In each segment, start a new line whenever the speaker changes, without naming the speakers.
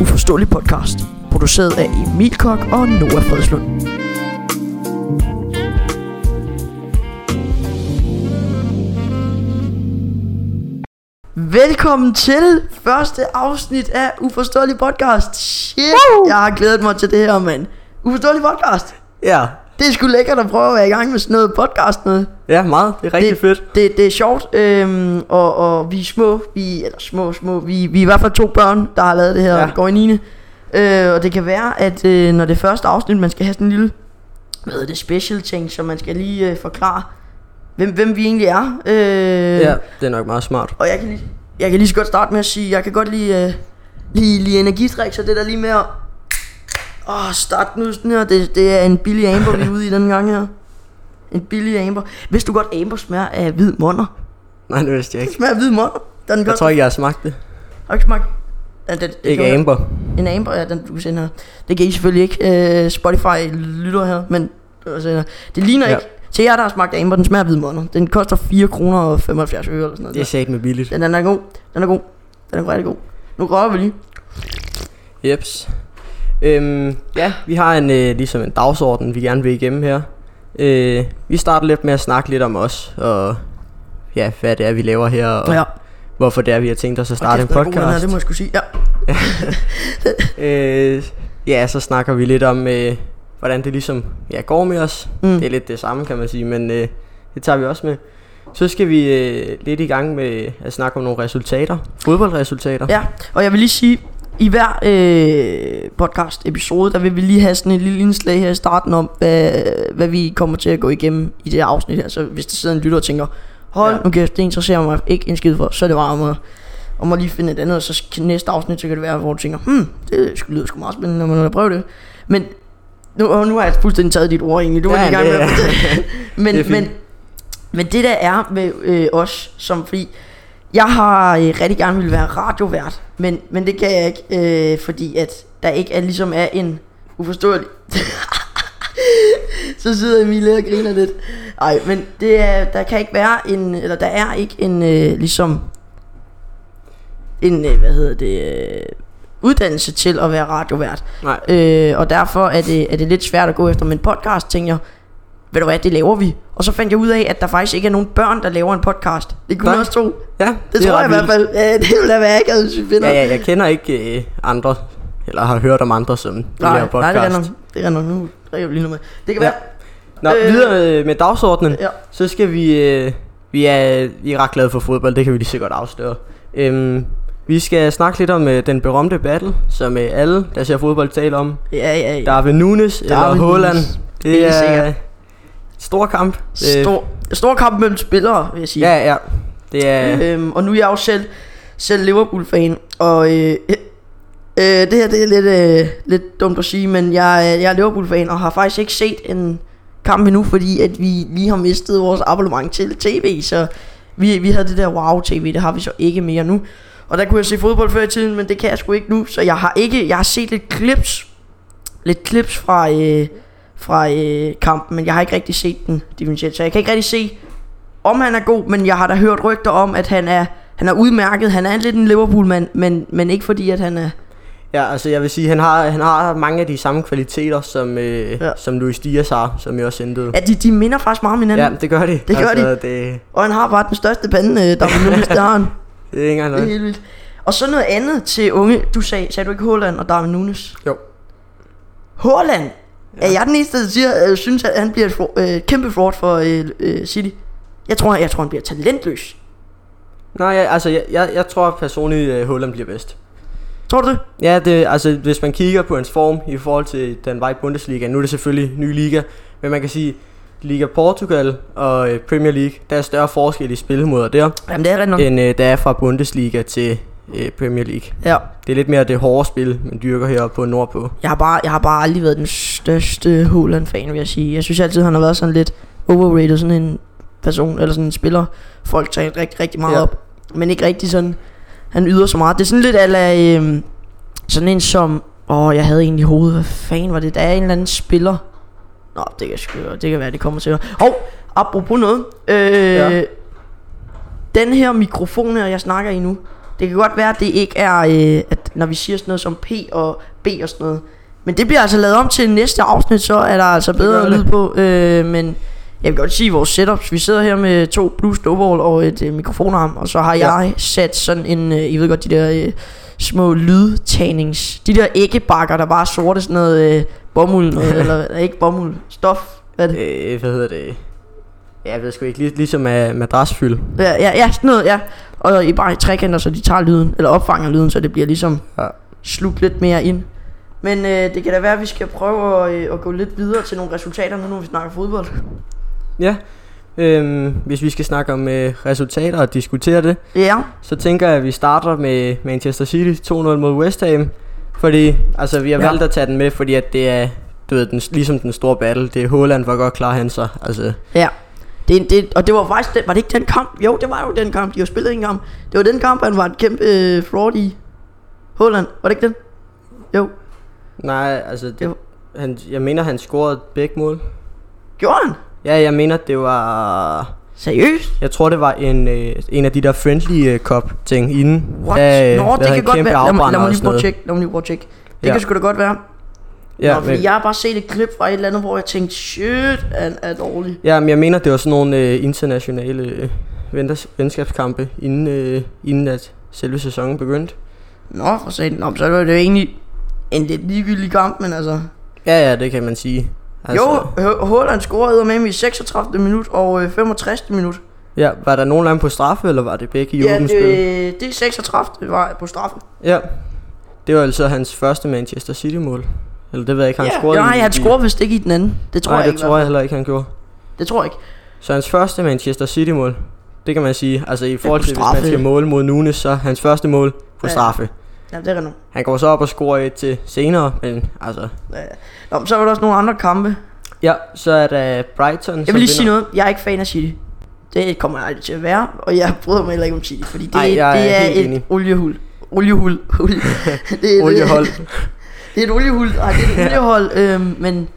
uforståelig podcast, produceret af Emil Kok og Noah Fredslund. Velkommen til første afsnit af Uforståelig Podcast. Shit, jeg har glædet mig til det her, mand. Uforståelig Podcast.
Ja,
Det er sgu lækkert at prøve at være i gang med sådan noget podcast noget.
ja meget. Det er rigtig
det,
det... fedt.
Det, det er sjovt, øhm, og, og vi er små, vi, eller små, små, vi, vi er i hvert fald to børn, der har lavet det her, ja.
Ja.
går i 9. Øh, og det kan være, at øh, når det er første afsnit, man skal have sådan en lille, hvad hedder det, special ting, så man skal lige øh, forklare, hvem, hvem vi egentlig er. Øh,
Ja, Mm. det er nok meget smart.
Og jeg kan, lige, jeg kan lige så godt starte med at sige, jeg kan godt lide, øh, lide, lide energidrik, så det der lige med at åh, starte nu sådan her, det, det er en billig amber, vi er ude i den gang her. En billig amber. Vidste du godt, amber smager af hvid månder?
Nej, det vidste jeg
Det
ikke.
smager af hvid månder. Den er
Jeg
godt.
tror ikke, jeg har smagt det.
Har du ikke smagt? Ja, den, det
Ikke
gjorde jeg.
Amber.
En amber, ja, den du kan sende her. Det kan I selvfølgelig ikke. Øh, Spotify lytter her, men det, sender. det ligner ja.
Ja.
ikke. Til jer, der har smagt af amber, den smager af hvid måneder. Den koster 4 kroner og 75 øre eller sådan noget.
Det er sat med billigt.
Den, den er god. Den er god. Den er rigtig god. Nu rører vi lige.
Jeps. Øhm, ja, vi har en, øh, ligesom en dagsorden, vi gerne vil igennem her. Øh, vi starter lidt med at snakke lidt om os, og ja, hvad det er, vi laver her, og
Ja.
hvorfor det er, vi har tænkt os at
Og
starte en
kæft, den er god, Den her,
podcast.
det må jeg skulle sige. Ja.
Øh, ja, så snakker vi lidt om, øh, hvordan det ligesom ja, går med os.
Mm.
Mm. Det er lidt det samme, kan man sige, men øh, det tager vi også med. Så skal vi øh, lidt i gang med at snakke om nogle resultater. Fodboldresultater.
ja. Og jeg vil lige sige, i hver øh, podcast episode, der vil vi lige have sådan et lille indslag her i starten om, hvad, hvad vi kommer til at gå igennem i det her afsnit her. Så hvis der sidder en lytter og tænker, hold
Ja.
nu kæft, det interesserer mig ikke en skid for, så er det bare om at, om at lige finde et andet, og så sk- næste afsnit, så kan det være, hvor du tænker, hmm, det sgu- lyder sgu meget spændende, når man har prøvet det. Men nu, og nu har jeg fuldstændig taget dit ord egentlig, du var
Ja,
lige i gang
det
med at
er-
fortælle. men,
det er fint.
men, men det der er med øh, os, som fordi, jeg har øh, rigtig gerne vil være radiovært, men, men det kan jeg ikke, øh, fordi at der ikke er, ligesom er en uforståelig... Så sidder Emilie og griner lidt. Nej, men det er, der kan ikke være en, eller der er ikke en, øh, ligesom, en, øh, hvad hedder det, øh, uddannelse til at være radiovært.
Nej.
Øh, og derfor er det, er det lidt svært at gå efter, men podcast, tænker jeg, ved du hvad, det laver vi. Og så fandt jeg ud af, at der faktisk ikke er nogen børn, der laver en podcast. Det kunne
Nej.
man også tro.
Ja,
Det, det tror
er
jeg i
ret
hvert fald. Ja, det ville da være ikke, hvis vi
vildt.
finder.
Ja, ja, jeg kender ikke øh, andre, eller har hørt om andre, som
nej,
laver podcast.
Nej, det er nok. Det er nok. Nu drikker vi lige noget med. Det kan
Ja.
være.
Nå,
Øh,
øh, videre øh, med dagsordenen.
Ja.
Så skal vi... Øh, vi, er, vi er ret glade for fodbold, det kan vi lige så godt afsløre. Øhm, vi skal snakke lidt om øh, den berømte battle, som øh, alle, der ser fodbold, taler om.
Ja, ja, ja.
Darwin Nunes
Darwin
eller Haaland.
Nunes.
Det
Helt
er
sikkert.
øh, stor kamp. Øh,
Stor, stor kamp mellem spillere, vil jeg sige.
Ja, ja. Det er...
Øhm, og nu er jeg jo selv, selv Liverpool-fan, og øh, øh, øh, det her det er lidt, øh, lidt dumt at sige, men jeg, øh, jeg er Liverpool-fan og har faktisk ikke set en kamp endnu, fordi at vi lige har mistet vores abonnement til tv, så vi, vi havde det der wow-tv, det har vi så ikke mere nu. Og der kunne jeg se fodbold før i tiden, men det kan jeg sgu ikke nu, så jeg har ikke, jeg har set lidt clips, lidt clips fra, øh, fra øh, kampen, men jeg har ikke rigtig set den differentielt, så jeg kan ikke rigtig se, om han er god, men jeg har da hørt rygter om, at han er, han er udmærket. Han er lidt en Liverpool-mand, men, men ikke fordi, at han er...
Ja, altså jeg vil sige, han har, han har mange af de samme kvaliteter, som, øh,
Ja.
ja. som Luis Diaz har, som jeg også hentede.
Ja, de, de minder faktisk meget om hinanden.
Ja,
Ja.
det gør de.
Det gør
altså, Det,
Og han har bare den største pande, øh, der er nu, det har han.
det er ikke engang
Det er
noget.
helt vildt. Og så noget andet til unge. Du sagde, sagde du ikke Haaland og Darwin Nunes?
Jo.
Haaland! Ja. Er jeg den eneste, der siger, øh, synes, at han bliver et fro- øh, kæmpe fraud for øh, øh, City? Jeg tror, jeg tror, han bliver talentløs.
Nej, jeg, altså jeg, jeg, jeg tror personligt, at Holland bliver bedst.
Tror du det?
Ja, det, altså hvis man kigger på hans form i forhold til den vej i Bundesliga, nu er det selvfølgelig ny liga, men man kan sige, Liga Portugal og øh, Premier League, der er større forskel i spilmåder der,
Jamen, det er rigtigt nok.
end øh, der er fra Bundesliga til øh, Premier League.
Ja.
Det er lidt mere det hårde spil, man dyrker heroppe på Nordpå.
Jeg har bare, jeg har bare aldrig været den største Haaland-fan, vil jeg sige. Jeg synes altid, han har været sådan lidt overrated, sådan en person, eller sådan en spiller. Folk tager rigtig, rigtig meget ja.
Ja.
op, men ikke rigtig sådan, han yder så meget. Det er sådan lidt ala, øhm, sådan en som, åh, jeg havde egentlig hovedet, hvad fanden var det? Der er en eller anden spiller. Nå, det kan, sgu, det kan være, det kommer til. Hov, apropos noget. Øh, ja.
Ja.
Den her mikrofon her, jeg snakker i nu, Det kan godt være, at det ikke er, øh, at når vi siger sådan noget som P og B og sådan noget. Men det bliver altså lavet om til næste afsnit, så er der altså
gør
bedre
det.
lyd på. Øh, men jeg vil godt sige vores setups. Vi sidder her med to blue snowball og et øh, mikrofonarm, og så har
Ja.
ja. jeg sat sådan en, øh, I ved godt, de der øh, små lydtagnings, de der æggebakker, der bare er sorte, sådan noget øh, bomuld, noget, eller ikke bomuld, stof, hvad er det?
Øh, hvad hedder det? Ja, jeg ved sgu ikke. Lig, ligesom af madrasfyld.
Ja, ja, ja, sådan noget, ja. Og i bare i trekanter, så de tager lyden, eller opfanger lyden, så det bliver ligesom
Ja.
ja. slugt lidt mere ind. Men øh, det kan da være, at vi skal prøve at, øh, at gå lidt videre til nogle resultater nu, når vi snakker fodbold.
Ja. Øhm, hvis vi skal snakke om øh, resultater og diskutere det,
Ja,
så tænker jeg, at vi starter med Manchester City 2-0 mod West Ham. Fordi, altså vi har ja.
Ja.
valgt at tage den med, fordi at det er, du ved, den, ligesom den store battle. Det er Haaland, hvor godt klarer han sig. Altså,
ja. Det, det, og det var faktisk, den, var det ikke den kamp? Jo, det var jo den kamp, de har spillet en kamp. Det var den kamp, han var en kæmpe øh, fraud i. Holland, var det ikke den? Jo,
nej, altså, det,
Jo.
han, jeg mener, han scorede begge mål.
gjorde han?
Ja, jeg mener, det var...
Seriøst?
Jeg tror, det var en, øh, en af de der friendly øh, cup ting inden.
What?
af,
Nå,
hvad
det
hedder
kan
han,
godt
kæmpe
være. Lad, mig-
afbrænder
lad mig
og
lige
sådan
prøve at
noget.
tjekke. Lad mig lige prøve at tjekke. Det
Ja.
kan sgu da godt være. Ja,
Ja,
Nå, fordi
men-
jeg har bare set et klip fra et eller andet, hvor jeg tænkte, shit, han er dårlig.
Ja, men jeg mener, det var sådan nogle øh, internationale øh, venters- venskabskampe, inden, øh, inden at selve sæsonen begyndte.
Nå, for satan. Nå, men så var det jo egentlig en lidt ligegyldig kamp, men altså...
Ja, ja, det kan man sige.
altså... Jo, H- Haaland scorede med i 36. minut og øh, 65. minut.
Ja, var der nogen af dem på straffe, eller var det begge i
ja,
åbent
det,
spil?
det er 36. var på straffen.
Ja, det var altså hans første Manchester City-mål. Eller det ved jeg ikke, han
ja,
scorede.
nej,
i-
han
i-
scorede vist ikke i den anden. Det tror
Nej,
jeg
det
ikke.
tror jeg heller ikke, han gjorde.
Det tror jeg ikke.
Så hans første Manchester City-mål, det kan man sige, altså i forhold
på
til, hvis man
straffe.
skal måle mod Nunes, så hans første mål på
Ja.
straffe.
Ja, det er rigtigt.
Han går så op og scorer et til senere, men altså...
Ja. Nå, men så var der også nogle andre kampe.
Ja, så er der Brighton,
Jeg vil lige sige noget. Jeg er ikke fan af City. Det kommer jeg aldrig til at være, og jeg bryder mig heller ikke om City, fordi det,
Ej,
Ej,
jeg er
det er,
helt
et
enig.
oliehul. Oliehul. Olie. det et-
Oliehold.
Det er et oliehul. Ej, det er et oliehold. øhm, men,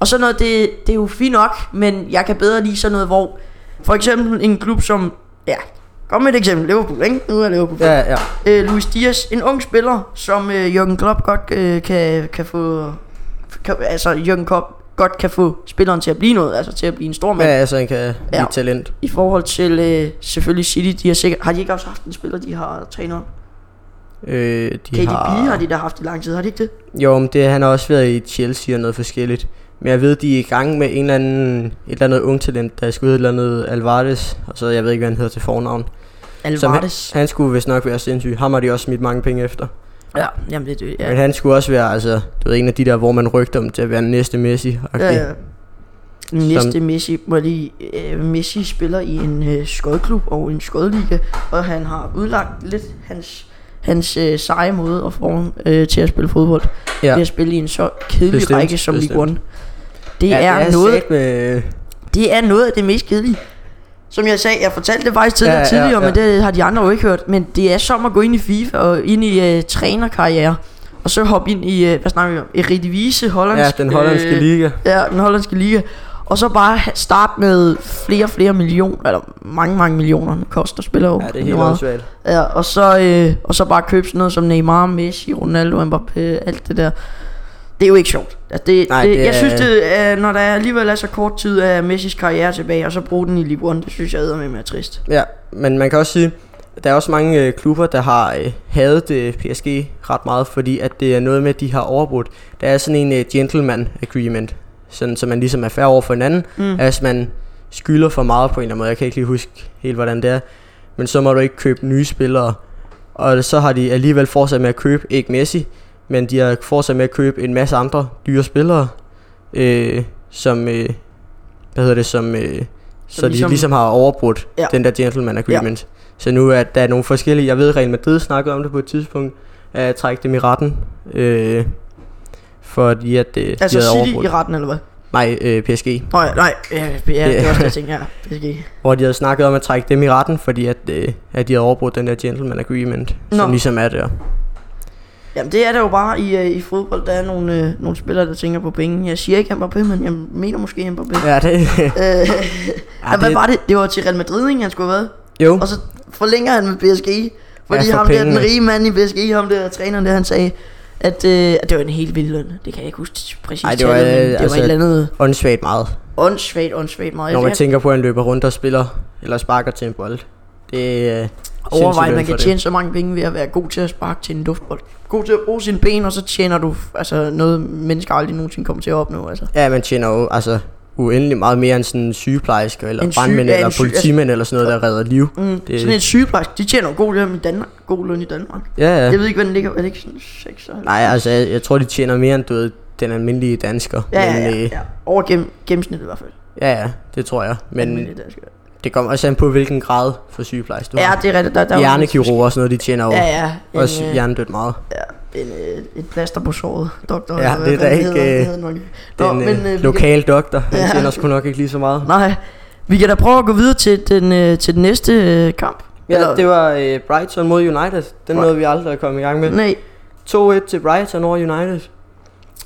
og sådan noget, det, det er jo fint nok, men jeg kan bedre lide sådan noget, hvor for eksempel en klub som, ja, kom med et eksempel, Liverpool, ikke? Nu er Liverpool. Ja.
Ja, ja.
Øh, Luis Diaz, en ung spiller, som øh, Jürgen Klopp godt øh, kan, kan få, kan, altså Jürgen Klopp godt kan få spilleren til at blive noget, altså til at blive en stor mand.
Ja, altså han kan blive
Ja.
et talent.
I forhold til øh, selvfølgelig City, de har, sikkert, har de ikke også haft en spiller, de har trænet?
Øh, de
KDB
har...
har de da haft i lang tid, har de ikke det?
Jo, men det, han har også været i Chelsea og noget forskelligt. Men jeg ved, de er i gang med en eller anden, et eller andet ung talent, der skulle hedde et eller andet Alvarez, og så jeg ved ikke, hvad han hedder til fornavn.
Alvarez.
Han skulle vist nok være sindssyg. Ham har de også smidt mange penge efter.
Ja, jamen det er det.
Ja.
Ja.
Men han skulle også være, altså, du ved, en af de der, hvor man rygter om til at være den næste Messi. Okay.
Ja, ja. Øh, Næste Messi, må jeg lige, øh, Messi spiller i en øh, skodklub og en skodliga, og han har udlagt lidt hans, hans øh, seje måde og form øh, til at spille fodbold.
Ja.
Ja. Ved at spille i en så kedelig
Bestemt,
række som
bestemt.
Ligue 1. Det, ja, er det, er noget,
Med,
det er noget af det mest kedelige. Som jeg sagde, jeg fortalte det faktisk tidligere,
Ja, ja,
ja, tidligere
ja.
men det har de andre jo ikke hørt. Men det er som at gå ind i FIFA og ind i øh, trænerkarriere. Og så hoppe ind i, øh, hvad snakker vi om, Eredivisie, hollandsk,
ja, den hollandske øh, liga.
Ja, den hollandske liga. Og så bare ha- starte med flere flere millioner, eller mange, mange millioner, den koster spiller jo.
Ja, det er
rigtig
helt åndssvagt.
Ja, og så, øh, og så bare købe sådan noget som Neymar, Messi, Ronaldo, Mbappé, alt det der. Det er jo ikke sjovt. Altså, det,
Nej,
Nej, det,
det
jeg
er-
synes, det, er, når der alligevel er så kort tid af Messis karriere tilbage, og så bruge den i Ligue 1, det synes jeg eddermame er med trist.
Ja, men man kan også sige, der er også mange øh, klubber, der har øh, hadet øh, PSG ret meget, fordi at det er noget med, at de har overbrudt. Der er sådan en øh, gentleman agreement, sådan, så man ligesom er færre over for hinanden. Mm.
Mm.
At hvis man skylder for meget på en eller anden måde, jeg kan ikke lige huske helt, hvordan det er, men så må du ikke købe nye spillere. Og så har de alligevel fortsat med at købe, ikke Messi, men de har fortsat med at købe en masse andre dyre spillere, øh, som, øh, hvad hedder det, som, øh, så, så ligesom,
ligesom-
de ligesom har overbrudt ja.
Ja.
den der gentleman agreement. Ja. Så nu er der nogle forskellige, jeg ved Real Madrid snakkede om det på et tidspunkt, at trække dem i retten, øh, fordi at øh,
Altså
de havde
City
overbrudt.
i retten, eller hvad?
Nej, øh, PSG.
Nå, ja, nej, ja, ja, det
Det-
er også det, jeg tænker, ja, PSG.
Hvor de havde snakket om at trække dem i retten, fordi at, øh, at de havde overbrudt den der gentleman agreement, Nå.
Nå.
som ligesom er der.
Jamen det er der jo bare i, øh, i fodbold, der er nogle, øh, nogle spillere, der tænker på penge. Jeg siger ikke Mbappé, men jeg mener måske Mbappé.
Ja, det,
Øh,
ja,
hvad
det
var det? Det var til Real Madrid, ikke, han skulle have været.
jo,
Og så forlænger han med PSG, Fordi
Ja, for
ham der, den
pengene.
rige mand i BSG, ham der træneren der, han sagde, at, øh, at det var en helt vild løn. Det kan jeg ikke huske præcis.
Ej, det var,
tallet, men
øh,
det
altså-
var et eller andet
Åndssvagt meget.
åndssvagt, åndssvagt meget.
Når man
Jeg
tænker på, at han løber rundt og spiller, eller sparker til en bold. Det er øh,
overvejer, at man
løn
kan
for det.
tjene så mange penge ved at være god til at sparke til en luftbold. God til at bruge sine ben, og så tjener du altså noget, mennesker aldrig nogensinde kommer til at opnå. Altså.
Ja, man tjener jo altså, uendelig meget mere end sådan en sygeplejerske, eller
En
en
syge-
brandmænd,
ja,
eller
en syge-
politimænd, eller sådan noget, der redder liv.
Mm,
Det-
det... Sådan en sygeplejerske, de tjener jo god løn i Danmark. God løn i Danmark.
Ja, ja.
Jeg ved ikke, hvad den ligger. Er det ikke sådan 96?
Nej, altså, jeg, jeg tror, de tjener mere end, du ved, den almindelige dansker.
Ja, ja,
Men,
ja,
øh,
ja. Over gennem, gennemsnittet i hvert fald.
ja, ja, det tror jeg. Men
Almindeligt dansk.
det kommer også an på, hvilken grad for sygeplejerske du
Ja,
har.
det er rigtigt. Der, der er jo-
Hjernekirurger og sådan noget, de tjener jo
Ja, ja. En,
også
øh,
hjernedødt meget.
en, øh, et plaster på såret, doktor.
Ja,
eller hvad
det er da
fanden
ikke,
hedder,
øh,
det hedder nok. Nå,
Den
men, øh, vi
øh, lokale doktor, han
Ja.
tjener sgu nok ikke lige så meget.
Kan, nej, vi kan da prøve at gå videre til den, øh, til den næste øh, kamp.
Ja, det var øh, Brighton mod United. Den nåede vi aldrig at komme i gang med.
Nej,
2-1 til Brighton over United.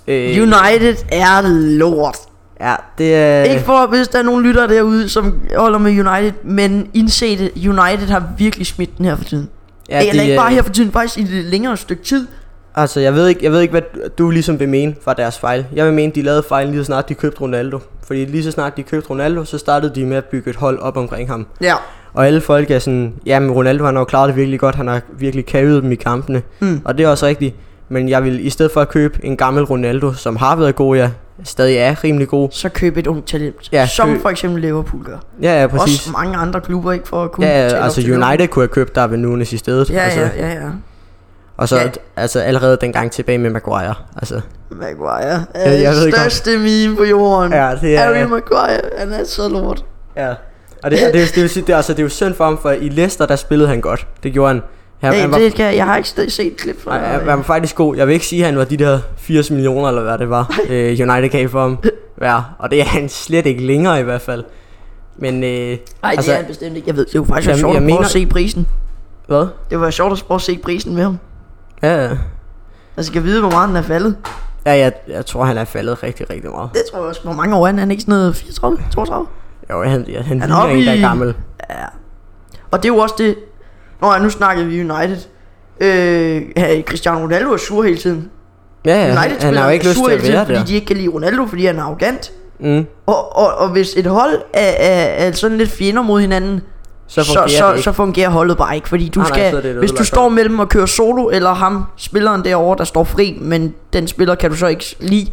Øh,
United er lort.
Ja, det er...
Ikke for, hvis der er nogen lyttere derude, som holder med United, men indse det, United har virkelig smidt den her for tiden. Ja, Eller ikke
øh,
bare her for tiden, faktisk i et længere stykke tid.
Altså, jeg ved ikke, jeg ved ikke hvad du ligesom vil mene var deres fejl. Jeg vil mene, de lavede fejl lige så snart de købte Ronaldo. Fordi lige så snart de købte Ronaldo, så startede de med at bygge et hold op omkring ham.
Ja.
Og alle folk er sådan, jamen Ronaldo han har jo klaret det virkelig godt, han har virkelig kavet dem i kampene.
Mm.
Og det er også rigtigt. Men jeg vil i stedet for at købe en gammel Ronaldo, som har været god, ja, stadig er rimelig god.
Så køb et ungt talent,
Ja,
ja, som
køb-
for eksempel Liverpool gør.
Ja, ja,
Præcis.
præcis.
Også mange andre klubber, ikke for at kunne
ja,
tale op
altså
til Liverpool.
United kunne have købt Darwin Nunes i stedet.
Ja,
altså,
ja, ja, ja.
Og så
Ja.
altså, allerede dengang tilbage med Maguire. Altså.
Maguire er
Ja, jeg
ja,
ved
den
godt.
største meme på jorden. Ja,
det
Harry Maguire, han er så lort.
Ja. Og det, og det, det, vil sige, det, er, altså, det er jo synd for ham, for i Leicester, der spillede han godt. Det gjorde han. Han,
Ja,
han,
hey,
var,
det kan, jeg har ikke stadig set et klip fra
han, han,
øh,
han var faktisk god. Jeg vil ikke sige, at han var de der 80 millioner, eller hvad det var, øh, United gav for ham. Ja, og det er han slet ikke længere i hvert fald. Men, øh,
Nej, det
altså-
er han bestemt ikke. Jeg ved, det var faktisk
Jamen,
sjovt
jeg
at prøve at
mener-
se prisen.
hvad?
Det var sjovt at prøve at se prisen med ham.
Ja, ja.
Altså, kan jeg vide, hvor meget den er faldet?
ja jeg, jeg tror, han er faldet rigtig, rigtig meget.
Det tror jeg også. Hvor mange år er han? Er han ikke sådan noget 34, 32?
Jo, han, ja, han,
Han er
han ligner
oppe
en, der
i-
er gammel.
Og det er jo også det... Nå ja, nu snakkede vi United. Øh, ja, Cristiano Ronaldo er sur hele tiden.
Ja, ja, han,
United
han har jo ikke lyst til at være
fordi
der.
de ikke kan lide Ronaldo, fordi han er arrogant.
Mm.
Og, og, og hvis et hold er, er, er sådan lidt fjender mod hinanden,
Så
så,
fungerer det
så,
ikke.
så fungerer holdet bare ikke, fordi du
Nej, nej,
skal,
så er det et
hvis du
ødelagt
står
hold.
mellem og kører solo, eller ham, spilleren derovre, der står fri, men den spiller kan du så ikke lide,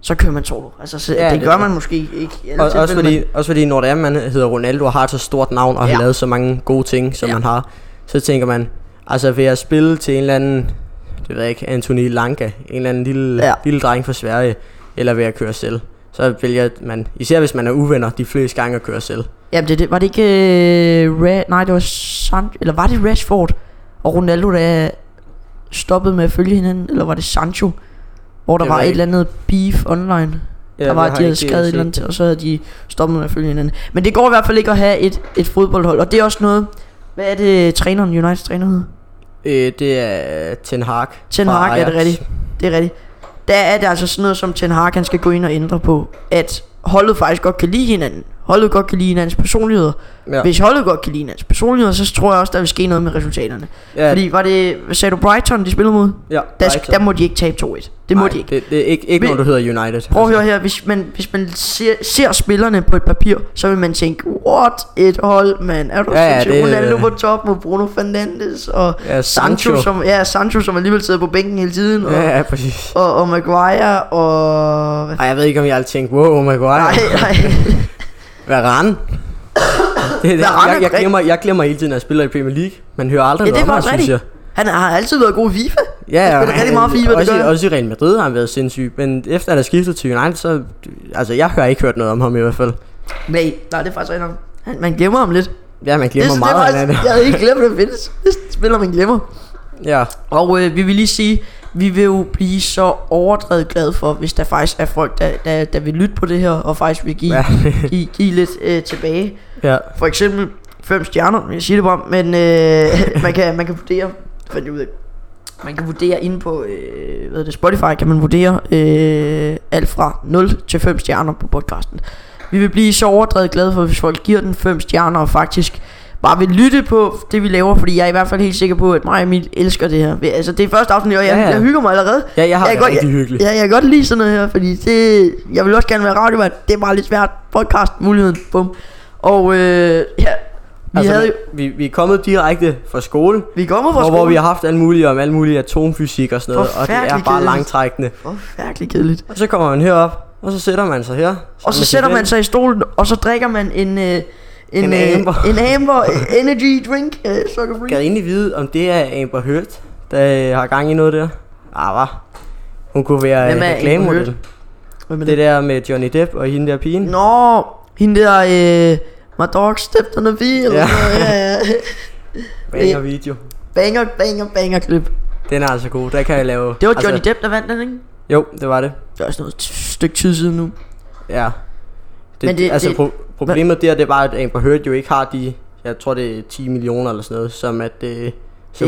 så kører man solo. Altså, så,
Ja,
ja, det,
det
gør
er-
man måske ikke. i alle
Og, også,
tilfælde,
fordi, også fordi, når det er, man hedder Ronaldo og har et så stort navn og ja.
Ja.
har lavet så mange gode ting, som
Ja.
ja. man har, så tænker man, altså vil jeg spille til en eller anden, det ved jeg ikke, Anthony Lanka, en eller anden lille,
Ja.
ja. lille dreng fra Sverige, eller vil jeg køre selv? Så vælger man, især hvis man er uvenner, de fleste gange at køre selv.
Men, jamen, det, det, var det ikke... Øh, Ra- nej, det var San- Eller var det Rashford og Ronaldo, der stoppede med at følge hinanden? Eller var det Sancho? Hvor der
Det
var
var
et
ikke-
eller andet beef online. Ja, der var, at de havde skrevet et eller andet, til, og så havde de stoppet med at følge hinanden. Men det går i hvert fald ikke at have et, et fodboldhold, og det er også noget... Hvad er det, træneren, Uniteds træner hedder?
Øh, det er Ten Hag.
Ten
fra
Hag, ja, det
Ajax.
er rigtigt. Det er rigtigt. Der er det altså sådan noget, som Ten Hag, han skal gå ind og ændre på, at holdet faktisk godt kan lide hinanden. Holdet godt kan lide hinandens personligheder. Ja.
Ja.
Hvis holdet godt kan lide hinandens personligheder, så tror jeg også, der vil ske noget med resultaterne. Ja.
ja,
Fordi var det, hvad sagde du, Brighton, de spillede mod?
ja,
Der,
Brighton.
der må de ikke tabe 2-1. Det må
Nej,
de ikke.
Det, det er ikke, ikke
Vi-
når du hedder United. altså.
Prøv at høre her, hvis man, hvis man ser, ser spillerne på et papir, så vil man tænke, what et hold, mand. Er du
Ja, ja,
ja,
det-
det... Ronaldo på top med Bruno Fernandes og
Ja,
Sancho,
Sancho.
som, ja, Sancho, som alligevel sidder på bænken hele tiden, og,
Ja, ja, præcis.
og, og Maguire, og... Hvad
Ej, jeg ved ikke, om jeg har tænkt, wow, oh Maguire.
Nej, nej.
Varane. Det,
Varane
det,
er
jeg, jeg,
rigtig-
glemmer, jeg glemmer hele tiden, at jeg spiller i Premier League. Man hører aldrig
Ja, det
noget
er
om ham,
faktisk
synes jeg.
rigtigt. Han har altid været god i FIFA.
Ja,
spiller rigtig meget FIFA, det
også,
gør
i,
jeg.
også i Real Madrid har han været sindssyg. Men efter han er skiftet til United, så... Altså, jeg har ikke hørt noget om ham i hvert fald.
Nej, nej, det er faktisk rigtigt. nok. Han, man glemmer ham lidt. Det,
Ja, man
er-
glemmer
det,
meget
er
af
faktisk,
det.
jeg havde ikke glemt, at det findes. Det spiller man glemmer.
Ja.
Og øh, vi vil lige sige, vi vil jo blive så overdrevet glade for, hvis der faktisk er folk, der, der, der vil lytte på det her, og faktisk vil give,
Ja.
give, give lidt øh, tilbage.
ja.
For eksempel fem stjerner, jeg siger det bare, men øh, man, kan, man kan vurdere, fandt jeg ud af, man kan vurdere inde på øh, hvad hedder det, Spotify, kan man vurdere øh, alt fra 0 til 5 stjerner på podcasten. Vi vil blive så overdrevet glade for, hvis folk giver den 5 stjerner og faktisk bare vil lytte på det, vi laver. Fordi jeg er i hvert fald helt sikker på, at mig og Emil elsker det her. Vi- Altså, det er første aften, og jeg,
Ja,
ja,
ja.
ja. jeg hygger mig allerede.
Ja, jeg har
Jeg
det
går-
rigtig hyggeligt.
Ja, jeg kan godt lide sådan noget her, fordi det, jeg vil også gerne være radiovært. Det er bare lidt svært. Podcast, muligheden, bum. Og øh, ja, vi, altså, havde jo,
vi, vi er kommet direkte fra skole,
vi kommer fra
hvor, hvor
skolen.
vi har haft alt muligt om alt muligt atomfysik og sådan noget, og det er
Forfærdeligt
bare
kedeligt.
langtrækkende.
Forfærdelig kedeligt.
Og så kommer man herop, og så sætter man sig her.
Og så sætter man sig i stolen, og så drikker man en... Øh, en,
En
øh,
Amber.
en Amber Energy Drink, øh, sugar free.
Kan egentlig vide, om det er Amber Heard, der øh, har gang i noget der? Ah, hvad? Hun kunne være
Hvem er
øh,
Amber
reklamemodel.
Hvem er
Det der med Johnny Depp og hende der pigen.
Nå, hende der, øh, my dog stepped on a bee, eller
Ja.
sådan noget, ja. ja.
Banger video.
banger, banger, banger klip.
Den er altså god. Der kan jeg lave...
Det var
altså,
Johnny altså, Depp, der vandt den, ikke?
Jo, det var det.
Det er også noget t- stykke tid siden nu.
Ja. Det,
Men det-
altså
det-
pro- problemet der, det er bare, at Amber Heard jo ikke har de, jeg tror det er 10 millioner eller sådan noget, som at... Øh, som
Det